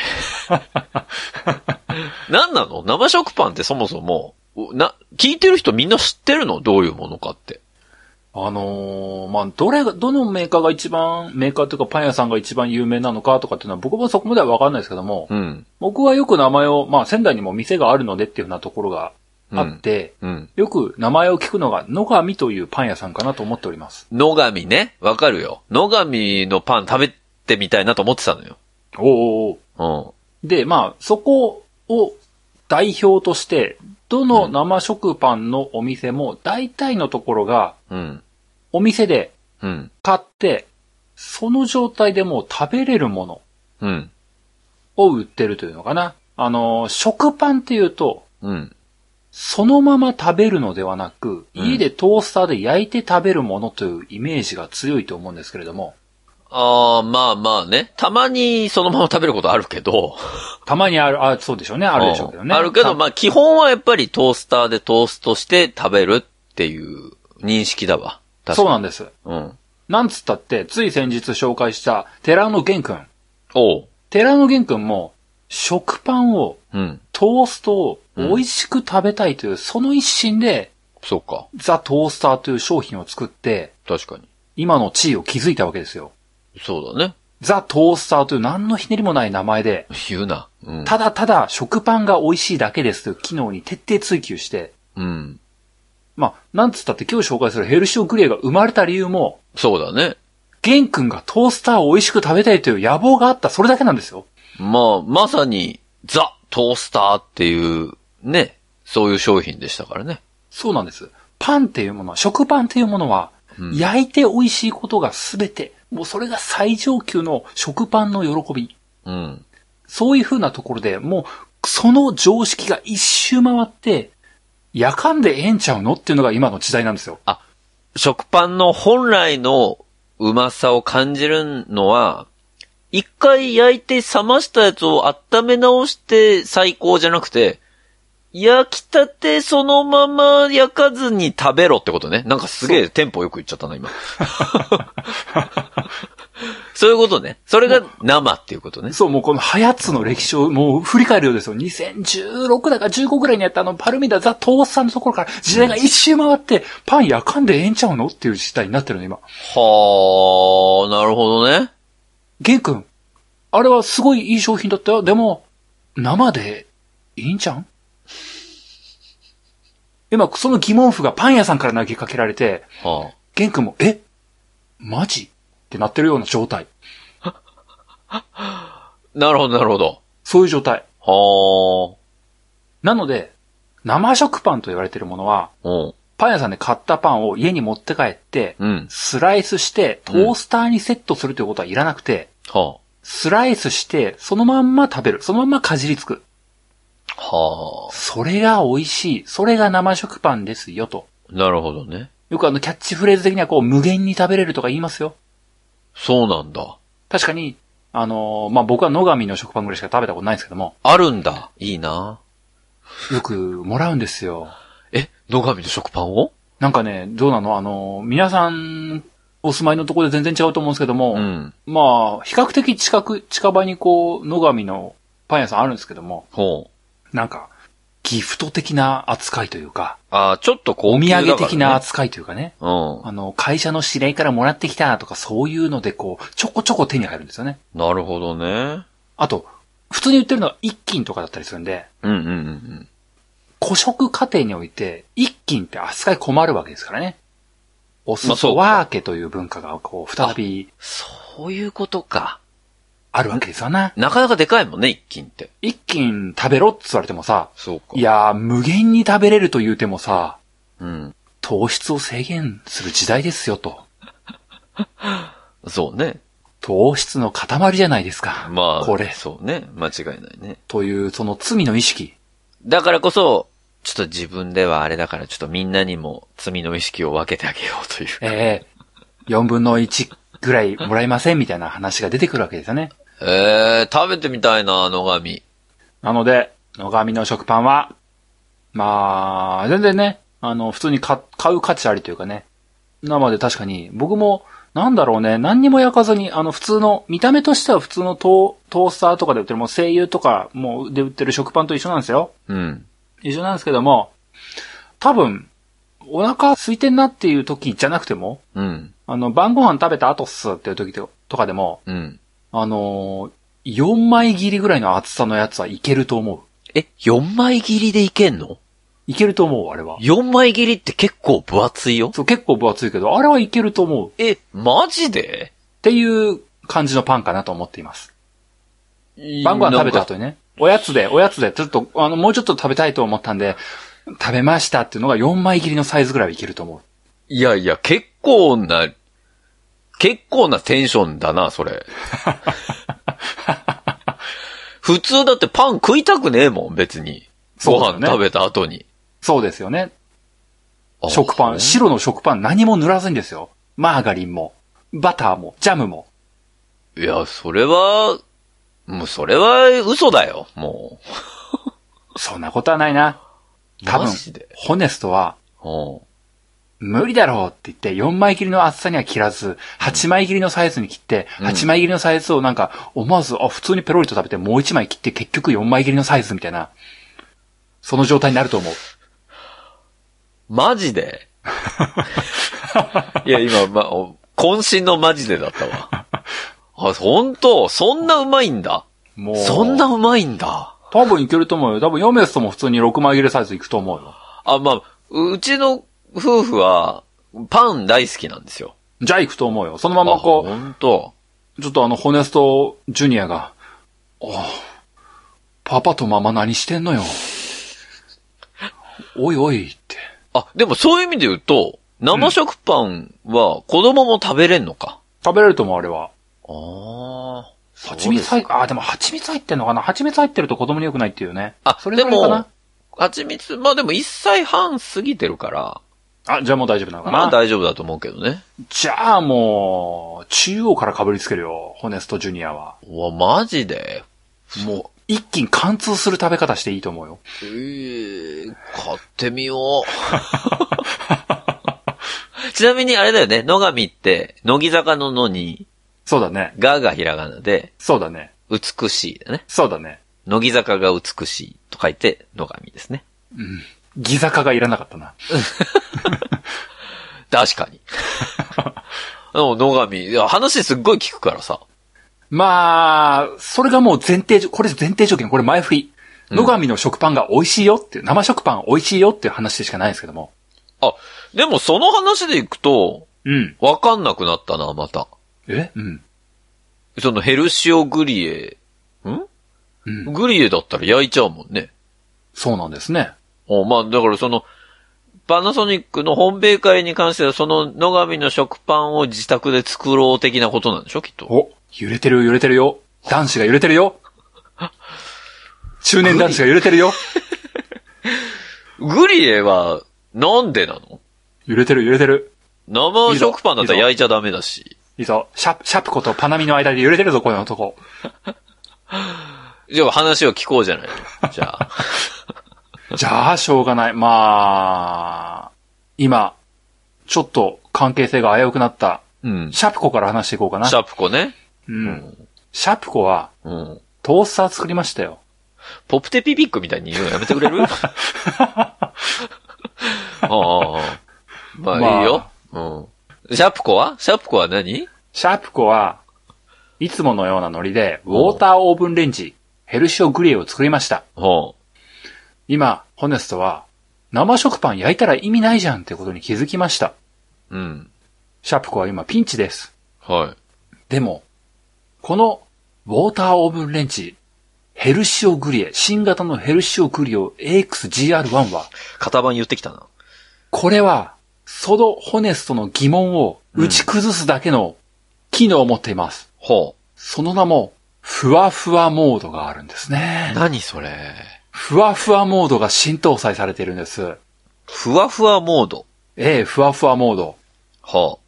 [SPEAKER 1] 何なの生食パンってそもそも、おな、聞いてる人みんな知ってるのどういうものかって。
[SPEAKER 2] あのー、まあ、どれが、どのメーカーが一番、メーカーというかパン屋さんが一番有名なのかとかっていうのは僕もそこまではわかんないですけども、
[SPEAKER 1] うん。
[SPEAKER 2] 僕はよく名前を、まあ、仙台にも店があるのでっていうふうなところがあって、
[SPEAKER 1] うん。
[SPEAKER 2] よく名前を聞くのが野上というパン屋さんかなと思っております。
[SPEAKER 1] 野上ね。わかるよ。野上のパン食べてみたいなと思ってたのよ。
[SPEAKER 2] おーおーお
[SPEAKER 1] うん。
[SPEAKER 2] ーで、まあ、そこを代表として、どの生食パンのお店も大体のところが
[SPEAKER 1] うん。
[SPEAKER 2] お店で
[SPEAKER 1] うん。
[SPEAKER 2] 買って、その状態でもう食べれるもの
[SPEAKER 1] うん。
[SPEAKER 2] を売ってるというのかな。あの、食パンっていうと、
[SPEAKER 1] うん。
[SPEAKER 2] そのまま食べるのではなく、
[SPEAKER 1] うん
[SPEAKER 2] 家でトースターで焼いて食べるものというイメージが強いと思うんですけれども、
[SPEAKER 1] ああ、まあまあね。たまにそのまま食べることあるけど。
[SPEAKER 2] たまにある、あ、そうでしょうね、あるでしょうけどね。
[SPEAKER 1] んあるけど、
[SPEAKER 2] ま、
[SPEAKER 1] まあ基本はやっぱりトースターでトーストして食べるっていう認識だわ。
[SPEAKER 2] そう
[SPEAKER 1] う。
[SPEAKER 2] なんです。
[SPEAKER 1] うん。
[SPEAKER 2] なんつったって、つい先日紹介した寺野玄君。
[SPEAKER 1] おう。
[SPEAKER 2] 寺野玄君も、食パンを、
[SPEAKER 1] うん。
[SPEAKER 2] トーストを美味しく食べたいという、その一心で、
[SPEAKER 1] そうか。
[SPEAKER 2] ザ・トースターという商品を作って、
[SPEAKER 1] 確かに。
[SPEAKER 2] 今の地位を築いたわけですよ。
[SPEAKER 1] そうだね。
[SPEAKER 2] ザ・トースターという何のひねりもない名前で、
[SPEAKER 1] 言うな。うん。
[SPEAKER 2] ただただ食パンが美味しいだけですという機能に徹底追求して、
[SPEAKER 1] うん。
[SPEAKER 2] まあ、なんつったって今日紹介するヘルシオグレーが生まれた理由も、
[SPEAKER 1] そうだね。
[SPEAKER 2] ゲン君がトースターを美味しく食べたいという野望があった、それだけなんですよ。
[SPEAKER 1] まあ、まさに、ザ・トースターっていう、ね。そういう商品でしたからね。
[SPEAKER 2] そうなんです。パンっていうものは、食パンっていうものは、
[SPEAKER 1] うん
[SPEAKER 2] 焼いて美味しいことが全て、もうそれが最上級の食パンの喜び。
[SPEAKER 1] うん。
[SPEAKER 2] そういう風なところで、もう、その常識が一周回って、やかんでええんちゃうのっていうのが今の時代なんですよ。
[SPEAKER 1] 食パンの本来のうまさを感じるのは、一回焼いて冷ましたやつを温め直して最高じゃなくて、焼きたてそのまま焼かずに食べろってことね。なんかすげえテンポよく言っちゃったな、今。 [LAUGHS] そういうことね。それが生っていうことね。
[SPEAKER 2] そう、もうこのハヤツの歴史をもう振り返るようですよ。2016だか15ぐらいにやったあのパルミダザ・トースさんのところから時代が一周回ってパン焼かんでええんちゃうのっていう事態になってるの今。
[SPEAKER 1] はあ、なるほどね。
[SPEAKER 2] 玄君、あれはすごいいい商品だったよ。でも、生でいいんちゃん今、その疑問符がパン屋さんから投げかけられて、
[SPEAKER 1] は
[SPEAKER 2] 玄君も、えマジってなってるような状態。
[SPEAKER 1] あ、なるほど、なるほど。
[SPEAKER 2] そういう状態。
[SPEAKER 1] は
[SPEAKER 2] なので、生食パンと言われてるものは、
[SPEAKER 1] あ、うん。
[SPEAKER 2] パン屋さんで買ったパンを家に持って帰って、
[SPEAKER 1] うん。
[SPEAKER 2] スライスしてトースターにセットするということはいらなくて、
[SPEAKER 1] は
[SPEAKER 2] スライスしてそのまんま食べる。そのまんまかじりつく。
[SPEAKER 1] あ、は
[SPEAKER 2] それが美味しい。それが生食パンですよと。
[SPEAKER 1] あ、なるほどね。
[SPEAKER 2] よくあのキャッチフレーズ的にはこう無限に食べれるとか言いますよ。
[SPEAKER 1] そうなんだ。
[SPEAKER 2] 確かに、あのーまあ、僕は野上の食パンぐらいしか食べたことないんですけども、
[SPEAKER 1] あるんだ。いいな。
[SPEAKER 2] よくもらうんですよ。
[SPEAKER 1] え、野上の食パンを
[SPEAKER 2] なんかね、どうなのあのー皆さん、お住まいのところで全然違うと思うんですけども、
[SPEAKER 1] うん。
[SPEAKER 2] まあ、比較的近く、近場にこう、野上のパン屋さんあるんですけども、
[SPEAKER 1] ほう。
[SPEAKER 2] なんか、ギフト的な扱いというか、
[SPEAKER 1] ああ、ちょっとこう、
[SPEAKER 2] お土産的な扱いというかね、
[SPEAKER 1] うん。
[SPEAKER 2] あの、会社の知り合いからもらってきたとか、そういうのでこう、ちょこちょこ手に入るんですよね。
[SPEAKER 1] なるほどね。
[SPEAKER 2] あと、普通に売ってるのは一斤とかだったりするんで、
[SPEAKER 1] うんうんうんうん。
[SPEAKER 2] 古食家庭において、一斤って扱い困るわけですからね。お
[SPEAKER 1] まあそう
[SPEAKER 2] 裾分けという文化が、こう、再び
[SPEAKER 1] そういうことか。
[SPEAKER 2] あるわけですよな。
[SPEAKER 1] なかなかでかいもんね、一斤って。
[SPEAKER 2] 一斤食べろって言われてもさ、
[SPEAKER 1] そうか
[SPEAKER 2] いやー、無限に食べれると言うてもさ、
[SPEAKER 1] うん。
[SPEAKER 2] 糖質を制限する時代ですよと。
[SPEAKER 1] そうね。
[SPEAKER 2] 糖質の塊じゃないですか。
[SPEAKER 1] まあ、
[SPEAKER 2] これ。
[SPEAKER 1] そうね。間違いないね。
[SPEAKER 2] という、その罪の意識。
[SPEAKER 1] だからこそ、ちょっと自分ではあれだから、ちょっとみんなにも罪の意識を分けてあげようという。
[SPEAKER 2] ええ4分の1ぐらいもらえませんみたいな話が出てくるわけですよね。
[SPEAKER 1] えー、食べてみたいな、野上。
[SPEAKER 2] なので、野上の食パンは、まあ、全然ね、あの、普通に買買う価値ありというかね。生で確かに、僕も、なんだろうね、何にも焼かずに、あの、普通の、見た目としては普通のトートースターとかで売ってる、もう声優とか、もうで売ってる食パンと一緒なんですよ。
[SPEAKER 1] うん。
[SPEAKER 2] 一緒なんですけども、多分、お腹空いてんなっていう時じゃなくても、
[SPEAKER 1] うん。
[SPEAKER 2] あの、晩ご飯食べた後っすっていう時ととかでも、
[SPEAKER 1] うん。
[SPEAKER 2] あのー、4枚切りぐらいの厚さのやつはいけると思う。
[SPEAKER 1] え、4枚切りでいけんの
[SPEAKER 2] いけると思う、あれは。
[SPEAKER 1] ?4 枚切りって結構分厚いよ。
[SPEAKER 2] そう、結構分厚いけど、あれはいけると思う。っ
[SPEAKER 1] え、マジで
[SPEAKER 2] ていう感じのパンかなと思っています。晩ご飯食べた後にね、おやつで、おやつで、ちょっと、あの、もうちょっと食べたいと思ったんで、食べましたっていうのが4枚切りのサイズぐらいはいけると思う。
[SPEAKER 1] いやいや、結構な、結構なテンションだな、そ
[SPEAKER 2] [LAUGHS]
[SPEAKER 1] れ。普通だってパン食いたくねえもん、別に。
[SPEAKER 2] そう
[SPEAKER 1] ご
[SPEAKER 2] だよ
[SPEAKER 1] 飯
[SPEAKER 2] ね
[SPEAKER 1] 食べた後に。
[SPEAKER 2] そうですよね。
[SPEAKER 1] あ
[SPEAKER 2] 食パン、
[SPEAKER 1] そう
[SPEAKER 2] 白の食パン何も塗らずにですよ。マーガリンも、バターも、ジャムも。
[SPEAKER 1] いや、それは、もうそれは嘘だよ、も
[SPEAKER 2] そんなことはないな。
[SPEAKER 1] う。
[SPEAKER 2] 多分
[SPEAKER 1] マジで。
[SPEAKER 2] ホネストは、
[SPEAKER 1] うん。
[SPEAKER 2] 無理だろうって言って、4枚切りの厚さには切らず、8枚切りのサイズに切って、
[SPEAKER 1] うん
[SPEAKER 2] 8枚切りのサイズをなんか、思わず、あ、普通にペロリと食べて、もう1枚切って、結局4枚切りのサイズみたいな、その状態になると思う。
[SPEAKER 1] マジ
[SPEAKER 2] [LAUGHS]
[SPEAKER 1] でいや、今、ま、お渾身のマジでだったわ。あ、本当そんなうまいんだ。
[SPEAKER 2] もう、
[SPEAKER 1] そんなうまいんだ。
[SPEAKER 2] 多分いけると思うよ。多分、ヨメスとも普通に6枚切りサイズいくと思うよ。
[SPEAKER 1] あ、まあ、うちの夫婦は、パン大好きなんですよ。
[SPEAKER 2] じゃあ行くと思うよ。そのま
[SPEAKER 1] あ、
[SPEAKER 2] まこう、
[SPEAKER 1] 本当
[SPEAKER 2] ちょっとあの、ホネストジュニアが、おうパパとママ何してんのよ。おいおいって。
[SPEAKER 1] あ、でもそういう意味で言うと、生食パンは子供も食べれんのか。
[SPEAKER 2] 食べれると思う、あれは。
[SPEAKER 1] ああ。
[SPEAKER 2] 蜂蜜入っ、あ、でも蜂蜜入ってんのかな蜂蜜入ってると子供に良くないっていうね。
[SPEAKER 1] あ
[SPEAKER 2] それぐらいかな
[SPEAKER 1] 蜂蜜、まあでも1歳半過ぎてるから、
[SPEAKER 2] あ、じゃあもう大丈夫なのかな、
[SPEAKER 1] まあ大丈夫だと思うけどね。
[SPEAKER 2] じゃあもう、中央から被りつけるよ、ホネストジュニアは。
[SPEAKER 1] うわ、マジで
[SPEAKER 2] も一気に貫通する食べ方していいと思うよ。
[SPEAKER 1] えー、買ってみよう。 [LAUGHS] ちなみにあれだよね、野上って、乃木坂の野に、
[SPEAKER 2] そうだね。
[SPEAKER 1] ががひらがなで、
[SPEAKER 2] そうだね。
[SPEAKER 1] 美しいだね。
[SPEAKER 2] そうだね。
[SPEAKER 1] 乃木坂が美しいと書いて、野上ですね。
[SPEAKER 2] うん。ギザカがいらなかったな。
[SPEAKER 1] 確かに。でも野上、いや話すっごい聞くからさ。
[SPEAKER 2] まあ、それがもう前提条、これ前提条件、これ前振り。
[SPEAKER 1] うん
[SPEAKER 2] 野上の食パンが美味しいよっていう、生食パン美味しいよっていう話でしかないんですけども。
[SPEAKER 1] あ、でもその話でいくと、
[SPEAKER 2] うん。
[SPEAKER 1] わかんなくなったな、また。
[SPEAKER 2] えうん。
[SPEAKER 1] そのヘルシオグリエ、ん
[SPEAKER 2] うん。
[SPEAKER 1] グリエだったら焼いちゃうもんね。
[SPEAKER 2] そうなんですね。
[SPEAKER 1] おまあ、だからその、パナソニックの本米会に関しては、その野上の食パンを自宅で作ろう的なことなんでしょきっと。
[SPEAKER 2] お、揺れてるよ揺れてるよ。男子が揺れてるよ。中年男子が揺れてるよ。
[SPEAKER 1] グリエは、なんでなの
[SPEAKER 2] 揺れてる揺れてる。
[SPEAKER 1] 生食パンだったら焼いちゃダメだし。
[SPEAKER 2] いいぞ。シャプ、シャプコとパナミの間で揺れてるぞ、この男。
[SPEAKER 1] じゃあ話を聞こうじゃない [LAUGHS] のじゃあ。
[SPEAKER 2] じゃあ、しょうがない。まあ、今、ちょっと関係性が危うくなった、
[SPEAKER 1] うん。シ
[SPEAKER 2] シャプコから話していこうかな。
[SPEAKER 1] ャープコね。
[SPEAKER 2] う。。
[SPEAKER 1] うん
[SPEAKER 2] シャプコは、
[SPEAKER 1] うん。
[SPEAKER 2] トースター作りましたよ。
[SPEAKER 1] ポプテピピックみたいに言うのやめてく [LAUGHS] れるああああ。ま
[SPEAKER 2] まあ
[SPEAKER 1] あ、いいよ。うん。シャープコはシャープコは何
[SPEAKER 2] シャプコは、いつものようなノリで、ウォーターオーブンレンジ、ヘルシオグリエを作りました。
[SPEAKER 1] ほ
[SPEAKER 2] 今、ホネストは、生食パン焼いたら意味ないじゃんってことに気づきました。
[SPEAKER 1] う。うん。
[SPEAKER 2] シャープコは今ピンチです。
[SPEAKER 1] はい。
[SPEAKER 2] でも、この、ウォーターオーブンレンチ、ヘルシオグリエ、新型のヘルシオグリオ AXGR1 は、
[SPEAKER 1] 型番言ってきたな。
[SPEAKER 2] これは、そのホネストの疑問を打ち崩すだけの機能を持っています。
[SPEAKER 1] ほ
[SPEAKER 2] その名も、ふわふわモードがあるんです
[SPEAKER 1] う。
[SPEAKER 2] ね。
[SPEAKER 1] 何それ。
[SPEAKER 2] ふわふわモードが新搭載されているんです。
[SPEAKER 1] ふわふわモード。
[SPEAKER 2] ええ、ふわふわモード。
[SPEAKER 1] ほ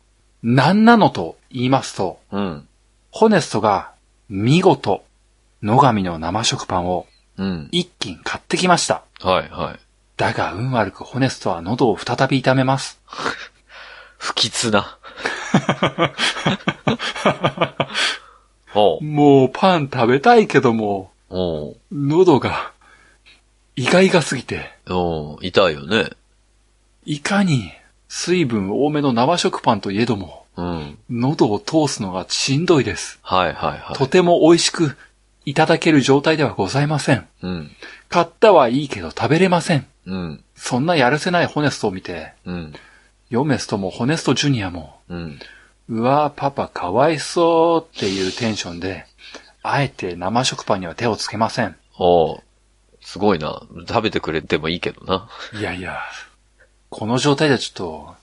[SPEAKER 2] 何なのと言いますと、
[SPEAKER 1] う。うん。
[SPEAKER 2] ホネストが見事、野上の生食パンを
[SPEAKER 1] うん。
[SPEAKER 2] 一斤買ってきました。
[SPEAKER 1] はい、はい。
[SPEAKER 2] だが運悪くホネストは喉を再び痛めます。
[SPEAKER 1] 不吉 [LAUGHS] な。ほう。
[SPEAKER 2] もうパン食べたいけども、
[SPEAKER 1] ほ
[SPEAKER 2] 喉が、意外がすぎて、
[SPEAKER 1] う。うん。痛いよね。
[SPEAKER 2] いかに水分多めの生食パンといえども、
[SPEAKER 1] うん。
[SPEAKER 2] 喉を通すのがしんどいです。
[SPEAKER 1] はい、はい、は
[SPEAKER 2] とても美味しくいただける状態ではございません。
[SPEAKER 1] い。うん。
[SPEAKER 2] 買ったはいいけど食べれません。
[SPEAKER 1] うん。
[SPEAKER 2] そんなやるせないホネストを見て、
[SPEAKER 1] うん。
[SPEAKER 2] ヨメストもホネストジュニアも、
[SPEAKER 1] うん。
[SPEAKER 2] うわパパかわいそうっていうテンションで、あえて生食パンには手をつけません。
[SPEAKER 1] おうすごいな。食べてくれてもいいけどな。
[SPEAKER 2] いやいや、この状態ではちょっと、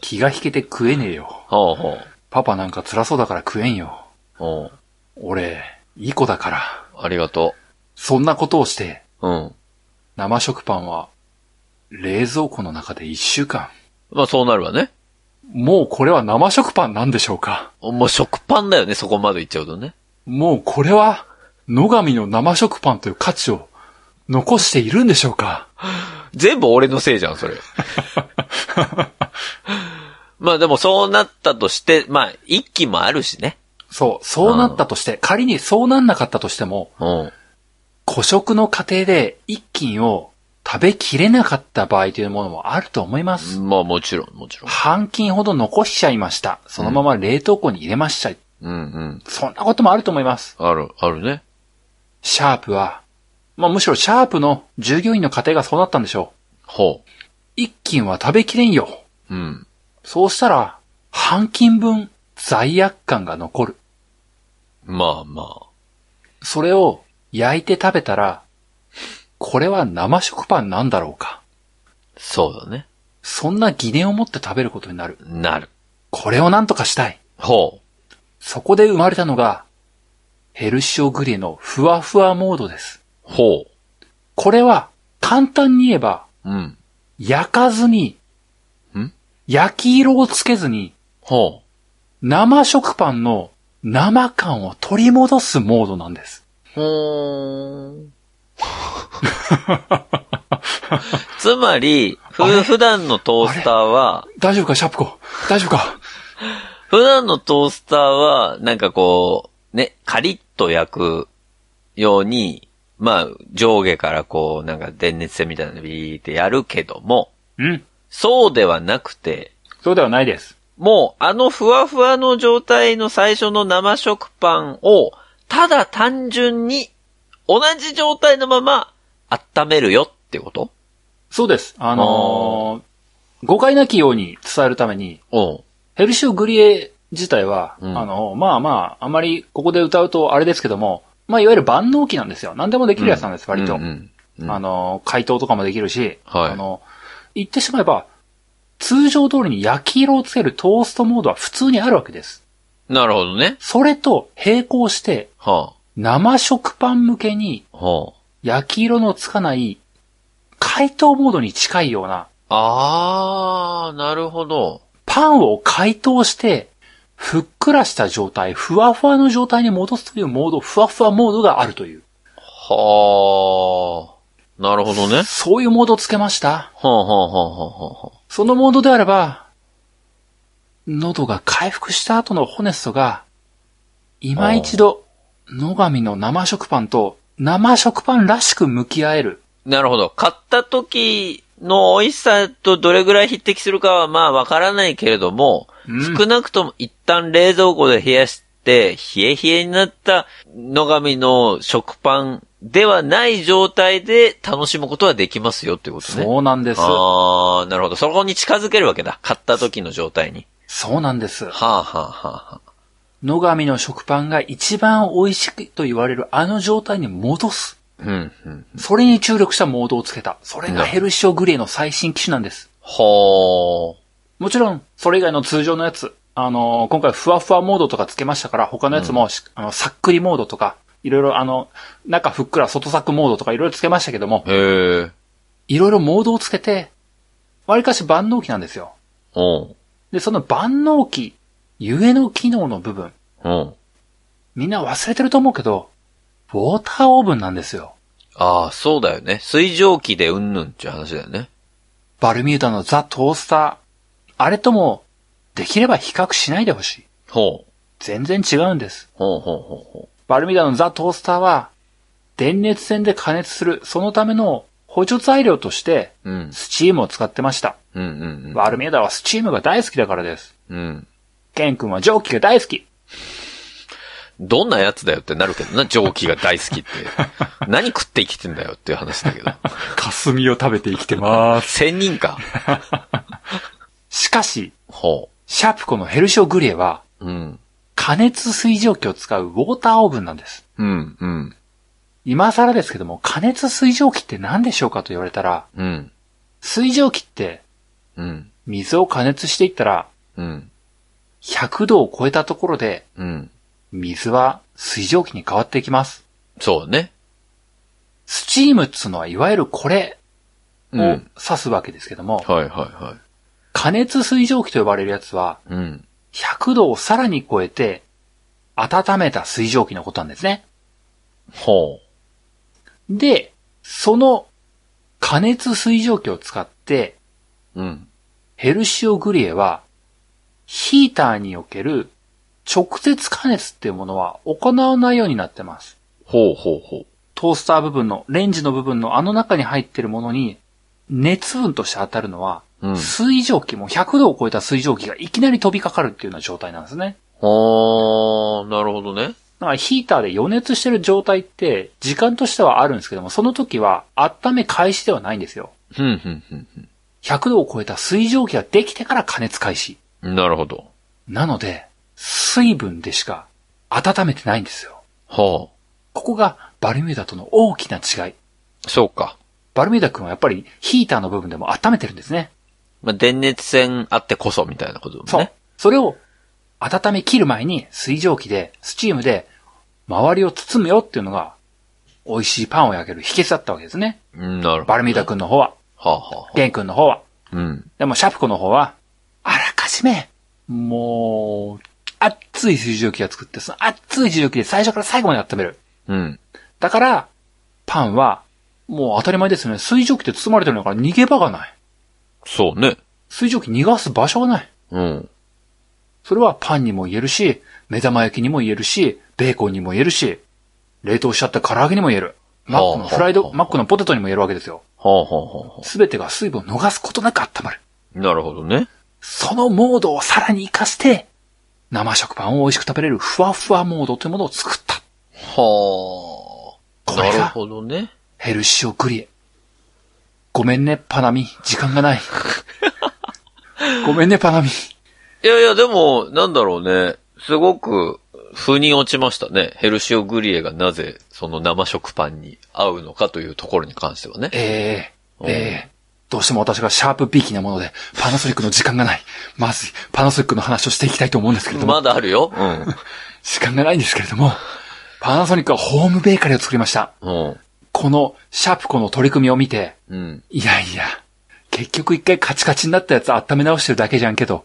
[SPEAKER 2] 気が引けて食えねえよ。
[SPEAKER 1] ほうほう。
[SPEAKER 2] パパなんか辛そうだから食えんよ。
[SPEAKER 1] おう
[SPEAKER 2] 俺、いい子だから。
[SPEAKER 1] ありがと
[SPEAKER 2] そんなことをして、
[SPEAKER 1] う。うん。
[SPEAKER 2] 生食パンは、冷蔵庫の中で一週間。
[SPEAKER 1] まあそうなるわね。
[SPEAKER 2] もうこれは生食パンなんでしょうか
[SPEAKER 1] もう食パンだよね、そこまでいっちゃうとね。
[SPEAKER 2] もうこれは、野上の生食パンという価値を残しているんでしょうか
[SPEAKER 1] 全部俺のせいじゃん、それ。まあでもそうなったとして、まあ一期もあるしね。
[SPEAKER 2] そう、そうなったとして、仮にそうなんなかったとしても、
[SPEAKER 1] うん。
[SPEAKER 2] 古食の過程で一斤を食べきれなかった場合というものもあると思います。
[SPEAKER 1] まあもちろん、もちろん。
[SPEAKER 2] 半斤ほど残しちゃいました。そのまま冷凍庫に入れました。
[SPEAKER 1] うんうん。
[SPEAKER 2] そんなこともあると思います。
[SPEAKER 1] ある、あるね。
[SPEAKER 2] シャープは、まあ、むしろシャープの従業員の家庭がそうなったんでしょう。
[SPEAKER 1] ほ
[SPEAKER 2] 一斤は食べきれんよ。
[SPEAKER 1] う。うん。
[SPEAKER 2] そうしたら、半斤分罪悪感が残る。
[SPEAKER 1] まあま
[SPEAKER 2] それを焼いて食べたら、これは生食パンなんだろうか。
[SPEAKER 1] あ、そうだね。
[SPEAKER 2] そんな疑念を持って食べることになる。
[SPEAKER 1] なる。
[SPEAKER 2] これをなんとかしたい。
[SPEAKER 1] ほ
[SPEAKER 2] そこで生まれたのが、ヘルシオグリのふわふわモードです。
[SPEAKER 1] う。ほ
[SPEAKER 2] これは、簡単に言えば、
[SPEAKER 1] う。うん。
[SPEAKER 2] 焼かずに
[SPEAKER 1] ん、
[SPEAKER 2] 焼き色をつけずに、
[SPEAKER 1] ほ
[SPEAKER 2] 生食パンの生感を取り戻すモードなんです。
[SPEAKER 1] う。ほーん。つまり、ふ普段のトースターは、
[SPEAKER 2] 大丈夫か、シャープコ。大丈夫か。
[SPEAKER 1] 普段のトースターは、なんかこう、ね、カリッと焼くように、まあ、上下からこう、なんか電熱線みたいなのビーってやるけども、
[SPEAKER 2] うん。
[SPEAKER 1] そうではなくて、
[SPEAKER 2] そうではないです。
[SPEAKER 1] もうあのふわふわの状態の最初の生食パンを、ただ単純に同じ状態のまま温めるよってこと
[SPEAKER 2] そうです。あのー誤解なきように伝えるために、
[SPEAKER 1] うん。
[SPEAKER 2] ヘルシオグリエ自体は、
[SPEAKER 1] うん
[SPEAKER 2] あのーまあまあ、あまりここで歌うとあれですけども、まあ、いわゆる万能機なんですよ。何でもできるやつなんです、割と。
[SPEAKER 1] うんうんうん
[SPEAKER 2] あのー解凍とかもできるし、
[SPEAKER 1] はい
[SPEAKER 2] あの言ってしまえば、通常通りに焼き色をつけるトーストモードは普通にあるわけです。
[SPEAKER 1] なるほどね。
[SPEAKER 2] それと並行して、
[SPEAKER 1] は
[SPEAKER 2] 生食パン向けに
[SPEAKER 1] あ、は
[SPEAKER 2] 焼き色のつかない解凍モードに近いような
[SPEAKER 1] あ。あー、なるほど。
[SPEAKER 2] パンを解凍して、ふっくらした状態、ふわふわの状態に戻すというモード、ふわふわモードがあるという。
[SPEAKER 1] はあ。なるほどね。は
[SPEAKER 2] そういうモードをつけました。
[SPEAKER 1] あ、はあはあはあはあ、
[SPEAKER 2] そのモードであれば、喉が回復した後のホネストが、今一度、野上の生食パンと生食パンらしく向き合える。
[SPEAKER 1] なるほど。買った時の美味しさとどれぐらい匹敵するかはまあわからないけれども、
[SPEAKER 2] うん
[SPEAKER 1] 少なくとも一旦冷蔵庫で冷やして、冷え冷えになった野上の食パンではない状態で楽しむことはできますよっていうことね。
[SPEAKER 2] そうなんです。
[SPEAKER 1] ああ、なるほど。そこに近づけるわけだ。買った時の状態に。
[SPEAKER 2] そうなんです。
[SPEAKER 1] はあ、はあはあはあ、
[SPEAKER 2] 野上の食パンが一番美味しいと言われるあの状態に戻す。
[SPEAKER 1] うん、うん。
[SPEAKER 2] それに注力したモードをつけた。それがヘルシオグレーの最新機種なんです。
[SPEAKER 1] ほー。
[SPEAKER 2] もちろん、それ以外の通常のやつ、あのー今回ふわふわモードとかつけましたから、他のやつもし、あの、さっくりモードとか、いろいろあの、中ふっくら外サクモードとかいろいろつけましたけども、
[SPEAKER 1] へえ。
[SPEAKER 2] いろいろモードをつけて、わりかし万能機なんですよ。
[SPEAKER 1] うん。
[SPEAKER 2] で、その万能機、ゆえの機能の部分、
[SPEAKER 1] うん。
[SPEAKER 2] みんな忘れてると思うけど、ウォーターオーブンなんですよ。
[SPEAKER 1] ああ、そうだよね。水蒸気でうんぬんっていう話だよね。
[SPEAKER 2] バルミューダのザ・トースター。あれとも、できれば比較しないでほしい。
[SPEAKER 1] ほう。
[SPEAKER 2] 全然違うんです。
[SPEAKER 1] ほうほうほうほ
[SPEAKER 2] バルミューダのザ・トースターは、電熱線で加熱する、そのための補助材料として、
[SPEAKER 1] う。うん。
[SPEAKER 2] スチームを使ってました。
[SPEAKER 1] うんうん
[SPEAKER 2] バルミューダはスチームが大好きだからです。
[SPEAKER 1] うん。うん。
[SPEAKER 2] ケン君は蒸気が大好き。
[SPEAKER 1] どんなやつだよってなるけ [LAUGHS] どな、蒸気が大好きって。何食って生きてんだよっていう話だけど。
[SPEAKER 2] 霞を食べて生きてます。
[SPEAKER 1] 仙人か。
[SPEAKER 2] しかし、
[SPEAKER 1] ほ
[SPEAKER 2] シャープコのヘルシオグリエは、
[SPEAKER 1] う。うん。
[SPEAKER 2] 加熱水蒸気を使うウォーターオーブンなんです。
[SPEAKER 1] うん、うん、
[SPEAKER 2] 今更ですけども、加熱水蒸気って何でしょうかと言われたら、
[SPEAKER 1] うん、
[SPEAKER 2] 水蒸気って
[SPEAKER 1] うん、
[SPEAKER 2] 水を加熱していったら、
[SPEAKER 1] うん、
[SPEAKER 2] 100度を超えたところで、
[SPEAKER 1] うん。
[SPEAKER 2] 水は水蒸気に変わっていきます。
[SPEAKER 1] そうね。
[SPEAKER 2] スチームっつうのはいわゆるこれを
[SPEAKER 1] うん。
[SPEAKER 2] 指
[SPEAKER 1] はい
[SPEAKER 2] すわけですけども、
[SPEAKER 1] はいは
[SPEAKER 2] 加熱水蒸気と呼ばれるやつは、
[SPEAKER 1] い。うん。
[SPEAKER 2] 100度をさらに超えて、温めた水蒸気のことなんですね。
[SPEAKER 1] ほ
[SPEAKER 2] で、その加熱水蒸気を使って、
[SPEAKER 1] う。うん。
[SPEAKER 2] ヘルシオグリエは、ヒーターにおける直接加熱っていうものは行わないようになってます。
[SPEAKER 1] ほうほうほう。
[SPEAKER 2] トースター部分の、レンジの部分のあの中に入ってるものに、熱分として当たるのは、
[SPEAKER 1] うん。
[SPEAKER 2] 水蒸気、もう100度を超えた水蒸気がいきなり飛びかかるっていうような状態なんですね。
[SPEAKER 1] ほー、なるほどね。
[SPEAKER 2] だからヒーターで余熱してる状態って、時間としてはあるんですけども、その時は温め開始ではないんですよ。
[SPEAKER 1] ふんふんふん
[SPEAKER 2] 100度を超えた水蒸気ができてから加熱開始。
[SPEAKER 1] ふん。なるほど。
[SPEAKER 2] なので、水分でしか温めてないんですよ。
[SPEAKER 1] ほ
[SPEAKER 2] ここがバルミューダとの大きな違い。
[SPEAKER 1] う。そうか。
[SPEAKER 2] バルミューダ君はやっぱりヒーターの部分でも温めてるんですね。
[SPEAKER 1] まあ、電熱線あってこそみたいなことだ
[SPEAKER 2] そう。
[SPEAKER 1] もんね。
[SPEAKER 2] それを温め切る前に水蒸気で、スチームで周りを包むよっていうのが、美味しいパンを焼ける秘訣だったわけですね。
[SPEAKER 1] うん、なるほど。
[SPEAKER 2] バルミューダ君の方は、
[SPEAKER 1] はあ、は
[SPEAKER 2] ゲン君の方は、
[SPEAKER 1] あ、うん。
[SPEAKER 2] でもシャプコの方は、あらかじめ、もう、熱い水蒸気が作って、その熱い水蒸気で最初から最後まで温める。
[SPEAKER 1] うん。
[SPEAKER 2] だから、パンは、もう当たり前ですよね。水蒸気で包まれてるんだから逃げ場がない。
[SPEAKER 1] そうね。
[SPEAKER 2] 水蒸気逃がす場所がない。
[SPEAKER 1] うん。
[SPEAKER 2] それはパンにも言えるし、目玉焼きにも言えるし、ベーコンにも言えるし、冷凍しちゃった唐揚げにも言える。マックのフライ
[SPEAKER 1] はあはあは
[SPEAKER 2] ド、
[SPEAKER 1] あ
[SPEAKER 2] マックのポテトにも言えるわけですよ。
[SPEAKER 1] ほうほうほうほ
[SPEAKER 2] すべてが水分を逃すことなく温まる。
[SPEAKER 1] う。なるほどね。
[SPEAKER 2] そのモードをさらに活かして、生食パンを美味しく食べれるふわふわモードというものを作った。
[SPEAKER 1] はあ。
[SPEAKER 2] こ
[SPEAKER 1] な
[SPEAKER 2] れ
[SPEAKER 1] る
[SPEAKER 2] が
[SPEAKER 1] ほどね。
[SPEAKER 2] ヘルシオグリエ。ごめんね、パナミ。時間がない。ごめんね、パナミ。
[SPEAKER 1] いやいや、でも、なんだろうね。すごく、腑に落ちましたね。ヘルシオグリエがなぜ、その生食パンに合うのかというところに関してはね。
[SPEAKER 2] ええ
[SPEAKER 1] うん
[SPEAKER 2] ええどうしても私がシャープビーキなもので、パナソニックの時間がない。まずい、パナソニックの話をしていきたいと思うんですけれども、
[SPEAKER 1] まだあるよ。
[SPEAKER 2] 時間がないんですけれども、パナソニックはホームベーカリーを作りました。
[SPEAKER 1] うん。うん。
[SPEAKER 2] このシャープコの取り組みを見て、
[SPEAKER 1] うん。
[SPEAKER 2] いやいや、結局一回カチカチになったやつ温め直してるだけじゃんけど、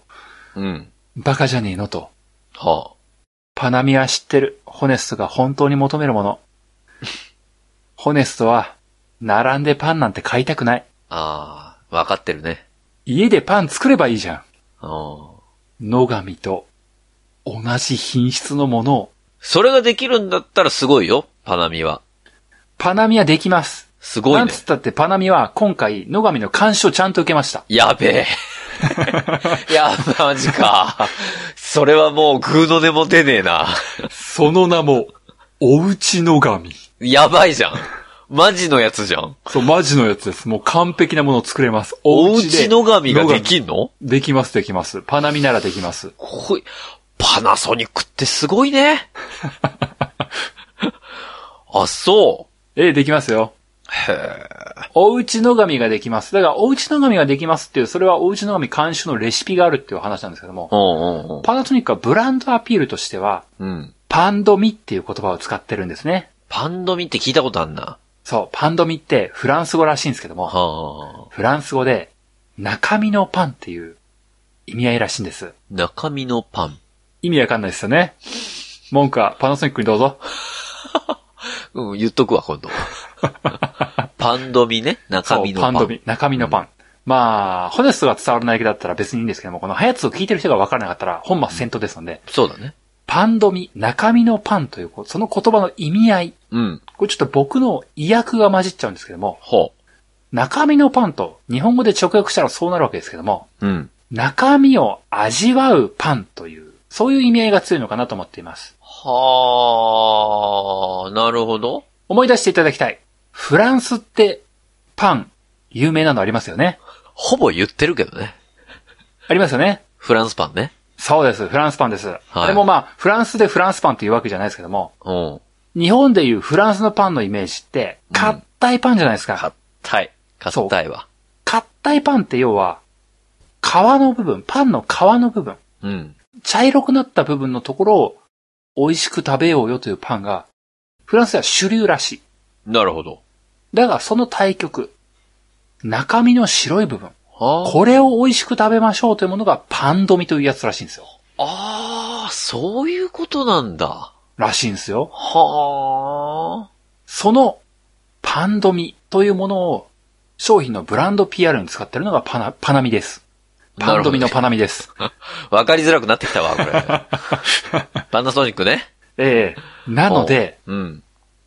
[SPEAKER 1] うん。
[SPEAKER 2] バカじゃねえのと。
[SPEAKER 1] は
[SPEAKER 2] パナミは知ってる。ホネストが本当に求めるもの。 [LAUGHS] ホネストは、並んでパンなんて買いたくない。
[SPEAKER 1] あ。ああ、わかってるね。
[SPEAKER 2] 家でパン作ればいいじゃん。
[SPEAKER 1] うん。
[SPEAKER 2] 野上と同じ品質のものを、
[SPEAKER 1] それができるんだったらすごいよ。パナミは。
[SPEAKER 2] パナミはできます。
[SPEAKER 1] すごい
[SPEAKER 2] なん
[SPEAKER 1] ね
[SPEAKER 2] つ。ったってパナミは今回野上の監視をちゃんと受けました。
[SPEAKER 1] や
[SPEAKER 2] [LAUGHS]
[SPEAKER 1] べえ。いや、マジか。それはもう、グーの根も出ねえな。
[SPEAKER 2] その名も、おうち野上。
[SPEAKER 1] やばいじゃん。マジのやつじゃん。
[SPEAKER 2] そう、マジのやつです。もう完璧なものを作れます。
[SPEAKER 1] おう
[SPEAKER 2] 家で
[SPEAKER 1] ち野上ができんの
[SPEAKER 2] できます、できます。パナミならできます。
[SPEAKER 1] ほい、パナソニックってすごい
[SPEAKER 2] [LAUGHS]
[SPEAKER 1] ね。あ、そ
[SPEAKER 2] ええ、できますよ。
[SPEAKER 1] う。へえ。
[SPEAKER 2] おうち野上ができます。だから、おうち野上ができますっていう、それはおうち野上監修のレシピがあるっていう話なんですけども、
[SPEAKER 1] うんうんうん。
[SPEAKER 2] パナソニックはブランドアピールとしては、
[SPEAKER 1] うん。
[SPEAKER 2] パンドミっていう言葉を使ってるんですね。
[SPEAKER 1] パンドミって聞いたことあんな。
[SPEAKER 2] そう、パンドミってフランス語らしいんですけども、
[SPEAKER 1] はあ。
[SPEAKER 2] フランス語で中身のパンっていう意味合いらしいんです。
[SPEAKER 1] 中身のパン。
[SPEAKER 2] 意味わかんないですよね。文句はパナソニックにどうぞ。
[SPEAKER 1] うん、言っとくわ、今度。
[SPEAKER 2] [LAUGHS]
[SPEAKER 1] パンドミね。中
[SPEAKER 2] そ
[SPEAKER 1] 身
[SPEAKER 2] う、
[SPEAKER 1] のパ
[SPEAKER 2] パ
[SPEAKER 1] ン。
[SPEAKER 2] ンドミ、中身のパン。まあ、ホネストが伝わらないだけだったら別にいいんですけども、このハヤツを聞いてる人がわからなかったら本末戦闘ですので、
[SPEAKER 1] そうだね。
[SPEAKER 2] パンドミ、中身のパンという、こうその言葉の意味合い。
[SPEAKER 1] うん。
[SPEAKER 2] これちょっと僕の意訳が混じっちゃうんですけども、
[SPEAKER 1] ほ
[SPEAKER 2] 中身のパンと日本語で直訳したらそうなるわけですけども、
[SPEAKER 1] う。うん。
[SPEAKER 2] 中身を味わうパンという、そういう意味合いが強いのかなと思っています。
[SPEAKER 1] はあ、なるほど。
[SPEAKER 2] 思い出していただきたい。フランスって、パン、有名なのありますよね
[SPEAKER 1] ほぼ言ってるけどね。
[SPEAKER 2] ありますよね
[SPEAKER 1] フランスパンね。
[SPEAKER 2] そうです。フランスパンです。あれもまあ、フランスでフランスパンというわけじゃないですけども、
[SPEAKER 1] うん。
[SPEAKER 2] 日本でいうフランスのパンのイメージって、
[SPEAKER 1] うん
[SPEAKER 2] 硬いパンじゃないですか。
[SPEAKER 1] 硬い。硬いわ。
[SPEAKER 2] 硬いパンって要は、皮の部分、パンの皮の部分、
[SPEAKER 1] うん。
[SPEAKER 2] 茶色くなった部分のところを美味しく食べようよというパンが、フランスでは主流らしい。
[SPEAKER 1] なるほど。
[SPEAKER 2] だがその対極、中身の白い部分、
[SPEAKER 1] はあ。
[SPEAKER 2] これを美味しく食べましょうというものがパンドミというやつらしいんですよ。
[SPEAKER 1] ああ、そういうことなんだ。
[SPEAKER 2] らしいんですよ。
[SPEAKER 1] はあ。
[SPEAKER 2] そのパンドミというものを商品のブランド PR に使ってるのがパナ、パナミです。パンドミのパナミです。
[SPEAKER 1] わかりづらくなってきたわ、こ
[SPEAKER 2] [LAUGHS]
[SPEAKER 1] れ。パナソニックね。
[SPEAKER 2] ええなので、
[SPEAKER 1] うん。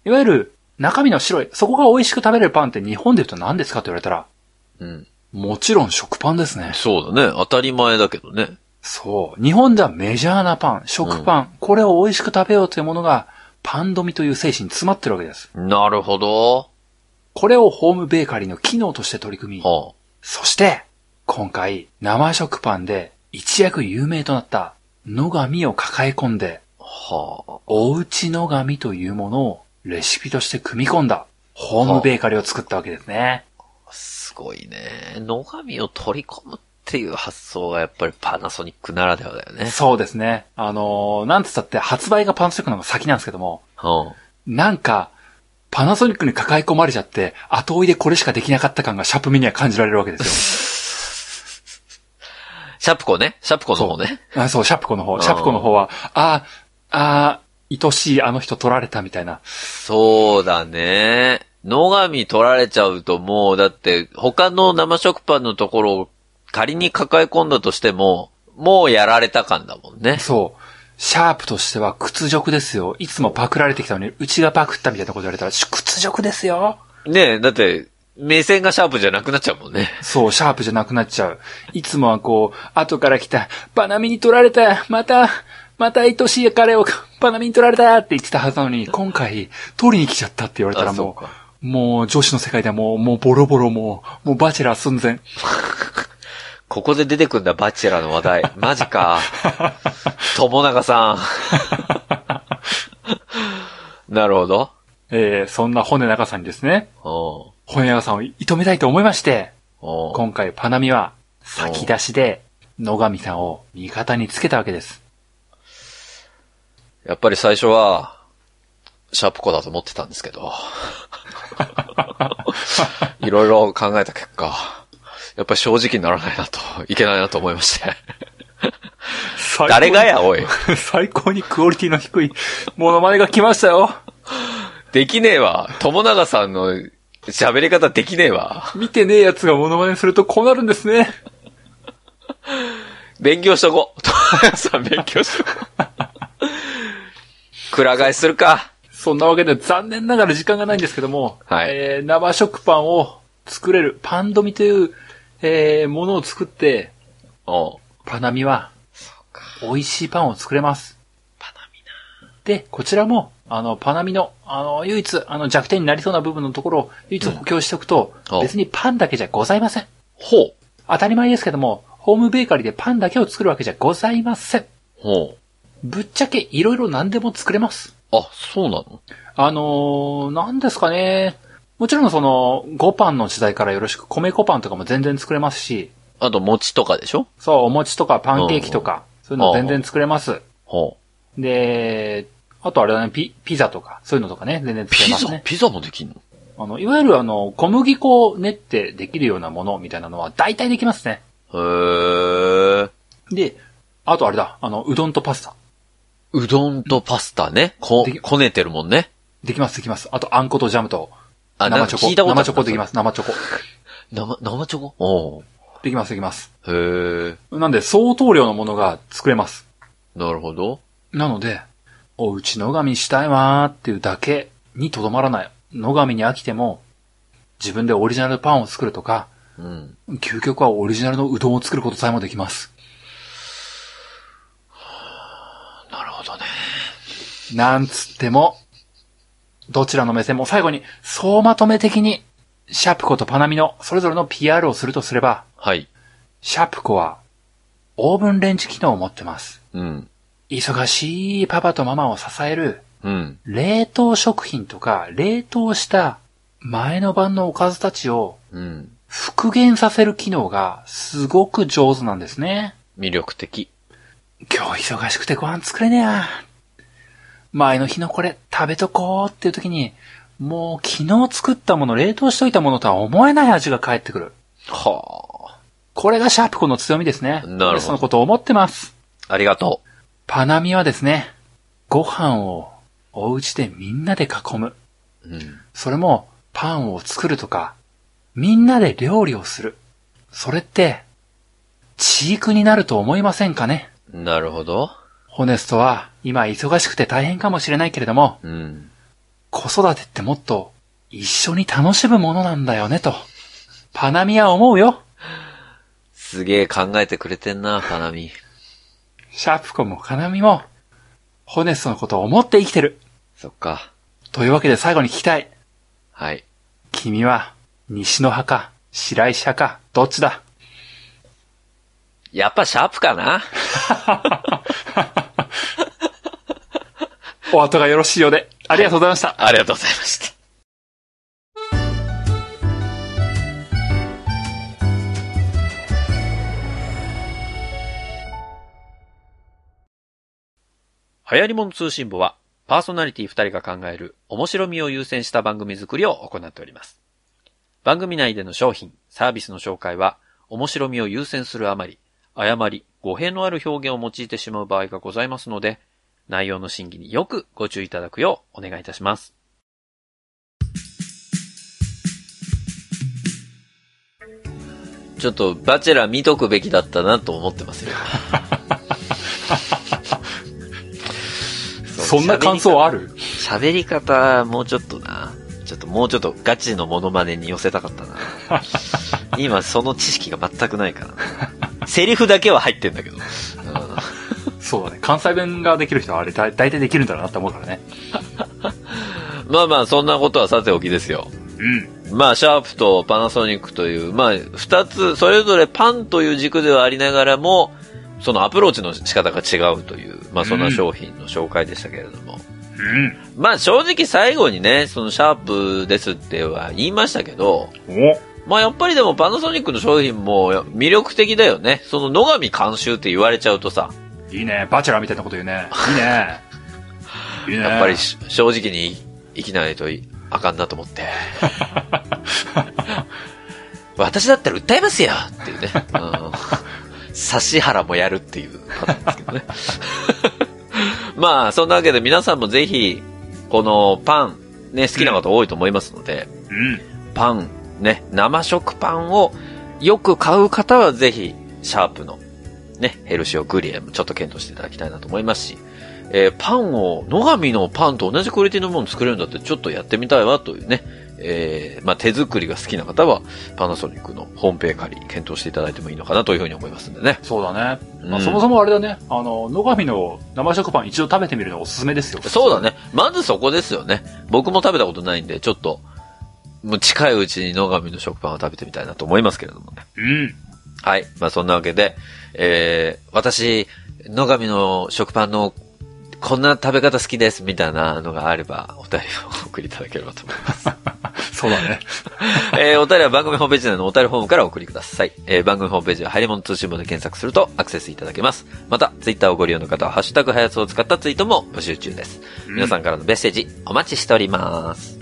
[SPEAKER 2] いわゆる中身の白い、そこが美味しく食べれるパンって日本で言うと何ですかと言われたら、
[SPEAKER 1] うん。
[SPEAKER 2] もちろん食パンですね。
[SPEAKER 1] そうだね。当たり前だけどね。
[SPEAKER 2] そう。日本ではメジャーなパン、食パン、これを美味しく食べようというものが、パンドミという精神に詰まってるわけです。
[SPEAKER 1] なるほど。
[SPEAKER 2] これをホームベーカリーの機能として取り組み、
[SPEAKER 1] は
[SPEAKER 2] そして、今回、生食パンで一躍有名となった野上を抱え込んで、
[SPEAKER 1] あ。は
[SPEAKER 2] おうち野上というものをレシピとして組み込んだ、ホームベーカリーを作ったわけですね。
[SPEAKER 1] あ。すごいね。野上を取り込むっていう発想がやっぱりパナソニックならではだよね。
[SPEAKER 2] そうですね。あのーなんつったって発売がパナソニックの方が先なんですけども、
[SPEAKER 1] うん。
[SPEAKER 2] なんか、パナソニックに抱え込まれちゃって、後追いでこれしかできなかった感がシャープ目には感じられるわけです
[SPEAKER 1] シャプコね。シャプコ
[SPEAKER 2] よ。
[SPEAKER 1] の方ね。
[SPEAKER 2] そう。あそう、シャープコの方。
[SPEAKER 1] ん
[SPEAKER 2] シャープコの方は、ああ、ああ、愛しいあの人取られたみたいな。
[SPEAKER 1] そうだね。野上取られちゃうともう、だって、他の生食パンのところを仮に抱え込んだとしても、もうやられた感だもんね。
[SPEAKER 2] そう。シャープとしては屈辱ですよ。いつもパクられてきたのに、うちがパクったみたいなこと言われたら、し屈辱ですよ。
[SPEAKER 1] ねえ、だって、目線がシャープじゃなくなっちゃうもんね。
[SPEAKER 2] そう、シャープじゃなくなっちゃう。いつもはこう、後から来た、バナミに取られた、また、また愛しい彼を、バナミに取られたって言ってたはずなのに、今回、取りに来ちゃったって言われたら
[SPEAKER 1] あそう
[SPEAKER 2] も
[SPEAKER 1] か
[SPEAKER 2] う、もう女子の世界ではもう、もうボロボロもう、もうバチェラー寸前。
[SPEAKER 1] ここで出てくんだ、バチェラーの話題。マジか。友永さん。 [LAUGHS] なるほど。
[SPEAKER 2] えー、そんな骨長さんにですね、
[SPEAKER 1] おう
[SPEAKER 2] 骨長さんを射止めたいと思いまして、
[SPEAKER 1] おう
[SPEAKER 2] 今回パナミは、先出しで、野上さんを味方につけたわけです。
[SPEAKER 1] やっぱり最初は、シャープ子だと思ってたんですけど。いろいろ考えた結果、やっぱり正直にならないなと、いけないなと思いまして。誰がや、おい。
[SPEAKER 2] [LAUGHS] 最高にクオリティの低いモノマネが来ましたよ。
[SPEAKER 1] できねえわ。友永さんの喋り方できねえわ。
[SPEAKER 2] 見てねえやつがモノマネするとこうなるんですね。
[SPEAKER 1] 勉強しと
[SPEAKER 2] [LAUGHS]
[SPEAKER 1] こう。友永さん勉強しとこう。くら替えするか。
[SPEAKER 2] そんなわけで残念ながら時間がないんですけども、
[SPEAKER 1] はい
[SPEAKER 2] えー生食パンを作れるパンドミという、えーものを作って、
[SPEAKER 1] おう
[SPEAKER 2] パナミは、美味しいパンを作れます。で、こちらも、あの、パナミの、あの、唯一、あの、弱点になりそうな部分のところを唯一補強しておくと、
[SPEAKER 1] うんお
[SPEAKER 2] 別にパンだけじゃございません。
[SPEAKER 1] ほう。
[SPEAKER 2] 当たり前ですけども、ホームベーカリーでパンだけを作るわけじゃございません。
[SPEAKER 1] ほ
[SPEAKER 2] ぶっちゃけいろいろ何でも作れます。
[SPEAKER 1] う。あ、そうなの
[SPEAKER 2] あのー、何ですかね。もちろんその、ごパンの時代からよろしく、米粉パンとかも全然作れますし、
[SPEAKER 1] あと餅とかでしょ
[SPEAKER 2] そう、お餅とかパンケーキとか、そういうの全然作れます。
[SPEAKER 1] ほう。
[SPEAKER 2] で、あとあれだね、ピ、ピザとか、そういうのとかね、全然作れ
[SPEAKER 1] ピ
[SPEAKER 2] ます
[SPEAKER 1] ザ
[SPEAKER 2] ね。
[SPEAKER 1] ピザもできんの
[SPEAKER 2] あの、いわゆるあの、小麦粉を練ってできるようなものみたいなのは大体できますね。
[SPEAKER 1] へえ。
[SPEAKER 2] で、あとあれだ、あの、うどんとパスタ。
[SPEAKER 1] うどんとパスタね。こ
[SPEAKER 2] でき、
[SPEAKER 1] こねてるもんね。
[SPEAKER 2] できます、できます。あと、あんことジャムと、
[SPEAKER 1] あ、なん
[SPEAKER 2] 生
[SPEAKER 1] か
[SPEAKER 2] チョコ。
[SPEAKER 1] 聞いたことあ
[SPEAKER 2] 生
[SPEAKER 1] る
[SPEAKER 2] チョコできます、生チョコ。
[SPEAKER 1] 生、生チョコおう
[SPEAKER 2] できます、できます。
[SPEAKER 1] へえ。
[SPEAKER 2] なんで、相当量のものが作れます。
[SPEAKER 1] なるほど。
[SPEAKER 2] なので、おうち野上したいわーっていうだけにとどまらない。野上に飽きても、自分でオリジナルパンを作るとか、
[SPEAKER 1] うん。
[SPEAKER 2] 究極はオリジナルのうどんを作ることさえもできます。
[SPEAKER 1] なるほどね。
[SPEAKER 2] なんつっても、どちらの目線も最後に、総まとめ的に、シャプコとパナミのそれぞれの PR をするとすれば、
[SPEAKER 1] はい。
[SPEAKER 2] シャプコは、オーブンレンジ機能を持ってます。
[SPEAKER 1] うん。
[SPEAKER 2] 忙しいパパとママを支える、
[SPEAKER 1] うん。
[SPEAKER 2] 冷凍食品とか、冷凍した前の晩のおかずたちを
[SPEAKER 1] うん。
[SPEAKER 2] 復元させる機能がすごく上手なんですね。
[SPEAKER 1] 魅力的。
[SPEAKER 2] 今日忙しくてご飯作れねえや。前の日のこれ食べとこうっていう時に、もう昨日作ったもの、冷凍しといたものとは思えない味が返ってくる。
[SPEAKER 1] は
[SPEAKER 2] これがシャープコの強みです
[SPEAKER 1] なる
[SPEAKER 2] ね。
[SPEAKER 1] ほど
[SPEAKER 2] そのことを思ってます。
[SPEAKER 1] あ。ありがと
[SPEAKER 2] パナミはですね、ご飯をお家でみんなで囲む。
[SPEAKER 1] う。うん。
[SPEAKER 2] それもパンを作るとか、みんなで料理をする。それって、チークになると思いませんかね
[SPEAKER 1] なるほど。
[SPEAKER 2] ホネストは今忙しくて大変かもしれないけれども、
[SPEAKER 1] うん。
[SPEAKER 2] 子育てってもっと一緒に楽しむものなんだよねと。パナミは思うよ。
[SPEAKER 1] すげえ考えてくれてんな、パナミ。
[SPEAKER 2] シャープコもカナミも、ホネストのことを思って生きてる。
[SPEAKER 1] そっか。
[SPEAKER 2] というわけで最後に聞きたい。
[SPEAKER 1] はい。
[SPEAKER 2] 君は、西の派か、白石派か、どっちだ
[SPEAKER 1] やっぱシャープかな
[SPEAKER 2] お後がよろしいようで。ありがとうございました。
[SPEAKER 1] ありがとうございました。流行り物通信簿は、パーソナリティ2人が考える面白みを優先した番組作りを行っております。番組内での商品、サービスの紹介は、面白みを優先するあまり、誤り、語弊のある表現を用いてしまう場合がございますので、内容の審議によくご注意いただくようお願いいたします。ちょっと、バチェラー見とくべきだったなと思ってますよ。 [LAUGHS]
[SPEAKER 2] そんな感想ある
[SPEAKER 1] 喋り方、もうちょっとな。ちょっともうちょっとガチのモノマネに寄せたかったな。今その知識が全くないからな。セリフだけは入ってんだけど。うん
[SPEAKER 2] そうだね。関西弁ができる人はあれだ大体できるんだろうなって思うからね。
[SPEAKER 1] まあまあ、そんなことはさておきですよ。
[SPEAKER 2] うん。
[SPEAKER 1] まあ、シャープとパナソニックという、まあ、二つ、それぞれパンという軸ではありながらも、そのアプローチの仕方が違うという、まあ、そんな商品の紹介でしたけれども。まあ、正直最後にね、そのシャープですっては言いましたけど、
[SPEAKER 2] うん。お
[SPEAKER 1] まあ、やっぱりでもパナソニックの商品も魅力的だよね。その野上監修って言われちゃうとさ、
[SPEAKER 2] いいね。バチェラーみたいなこと言うね。いい [LAUGHS] ね。いいね。
[SPEAKER 1] やっぱりし正直に生きないといあかんなと思って。私だったら訴えますよっていうね。うん [LAUGHS] 指原もやるっていうパターンですけどね。 [LAUGHS] まあ、そんなわけで皆さんもぜひ、このパン、ね、好きな方多いと思いますので、
[SPEAKER 2] うん。
[SPEAKER 1] パン、ね、生食パンをよく買う方はぜひ、シャープの、ね、ヘルシオグリエもちょっと検討していただきたいなと思いますし、えーパンを、野上のパンと同じクオリティのものを作れるんだってちょっとやってみたいわというね、えーまあ手作りが好きな方は、パナソニックのホームペーカリー検討していただいてもいいのかなというふうに思いますんでね。
[SPEAKER 2] そうだね。まあ
[SPEAKER 1] うん
[SPEAKER 2] そもそもあれだね。あの、野上の生食パン一度食べてみるのおすすめですよ。
[SPEAKER 1] そうだ。ね。まずそこですよね。僕も食べたことないんで、ちょっと、もう近いうちに野上の食パンを食べてみたいなと思いますけれどもね。
[SPEAKER 2] うん。
[SPEAKER 1] はい。まあそんなわけで、えー、私、野上の食パンのこんな食べ方好きですみたいなのがあれば、お便りをお送りいただければと思います。
[SPEAKER 2] そうだね。
[SPEAKER 1] えー、お便りは番組ホームページ内のお便りフォームからお送りください。えー、番組ホームページはハリモン通信簿で検索するとアクセスいただけます。また、ツイッターをご利用の方は、ハッシュタグハヤツを使ったツイートも募集中です。皆さんからのメッセージ、お待ちしております。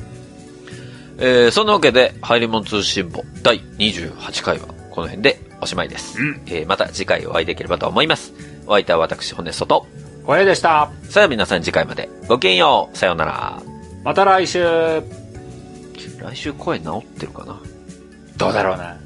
[SPEAKER 1] えー、そんなわけで、ハリモン通信簿第28回は、この辺でおしまいです。
[SPEAKER 2] うん
[SPEAKER 1] えー、また次回お会いできればと思います。お相手は私、骨外。
[SPEAKER 2] おやでした。
[SPEAKER 1] さあ皆さん次回まで。ごきげんよう。さようなら。
[SPEAKER 2] また来週。
[SPEAKER 1] 来週声治ってるかな
[SPEAKER 2] どうだろうな。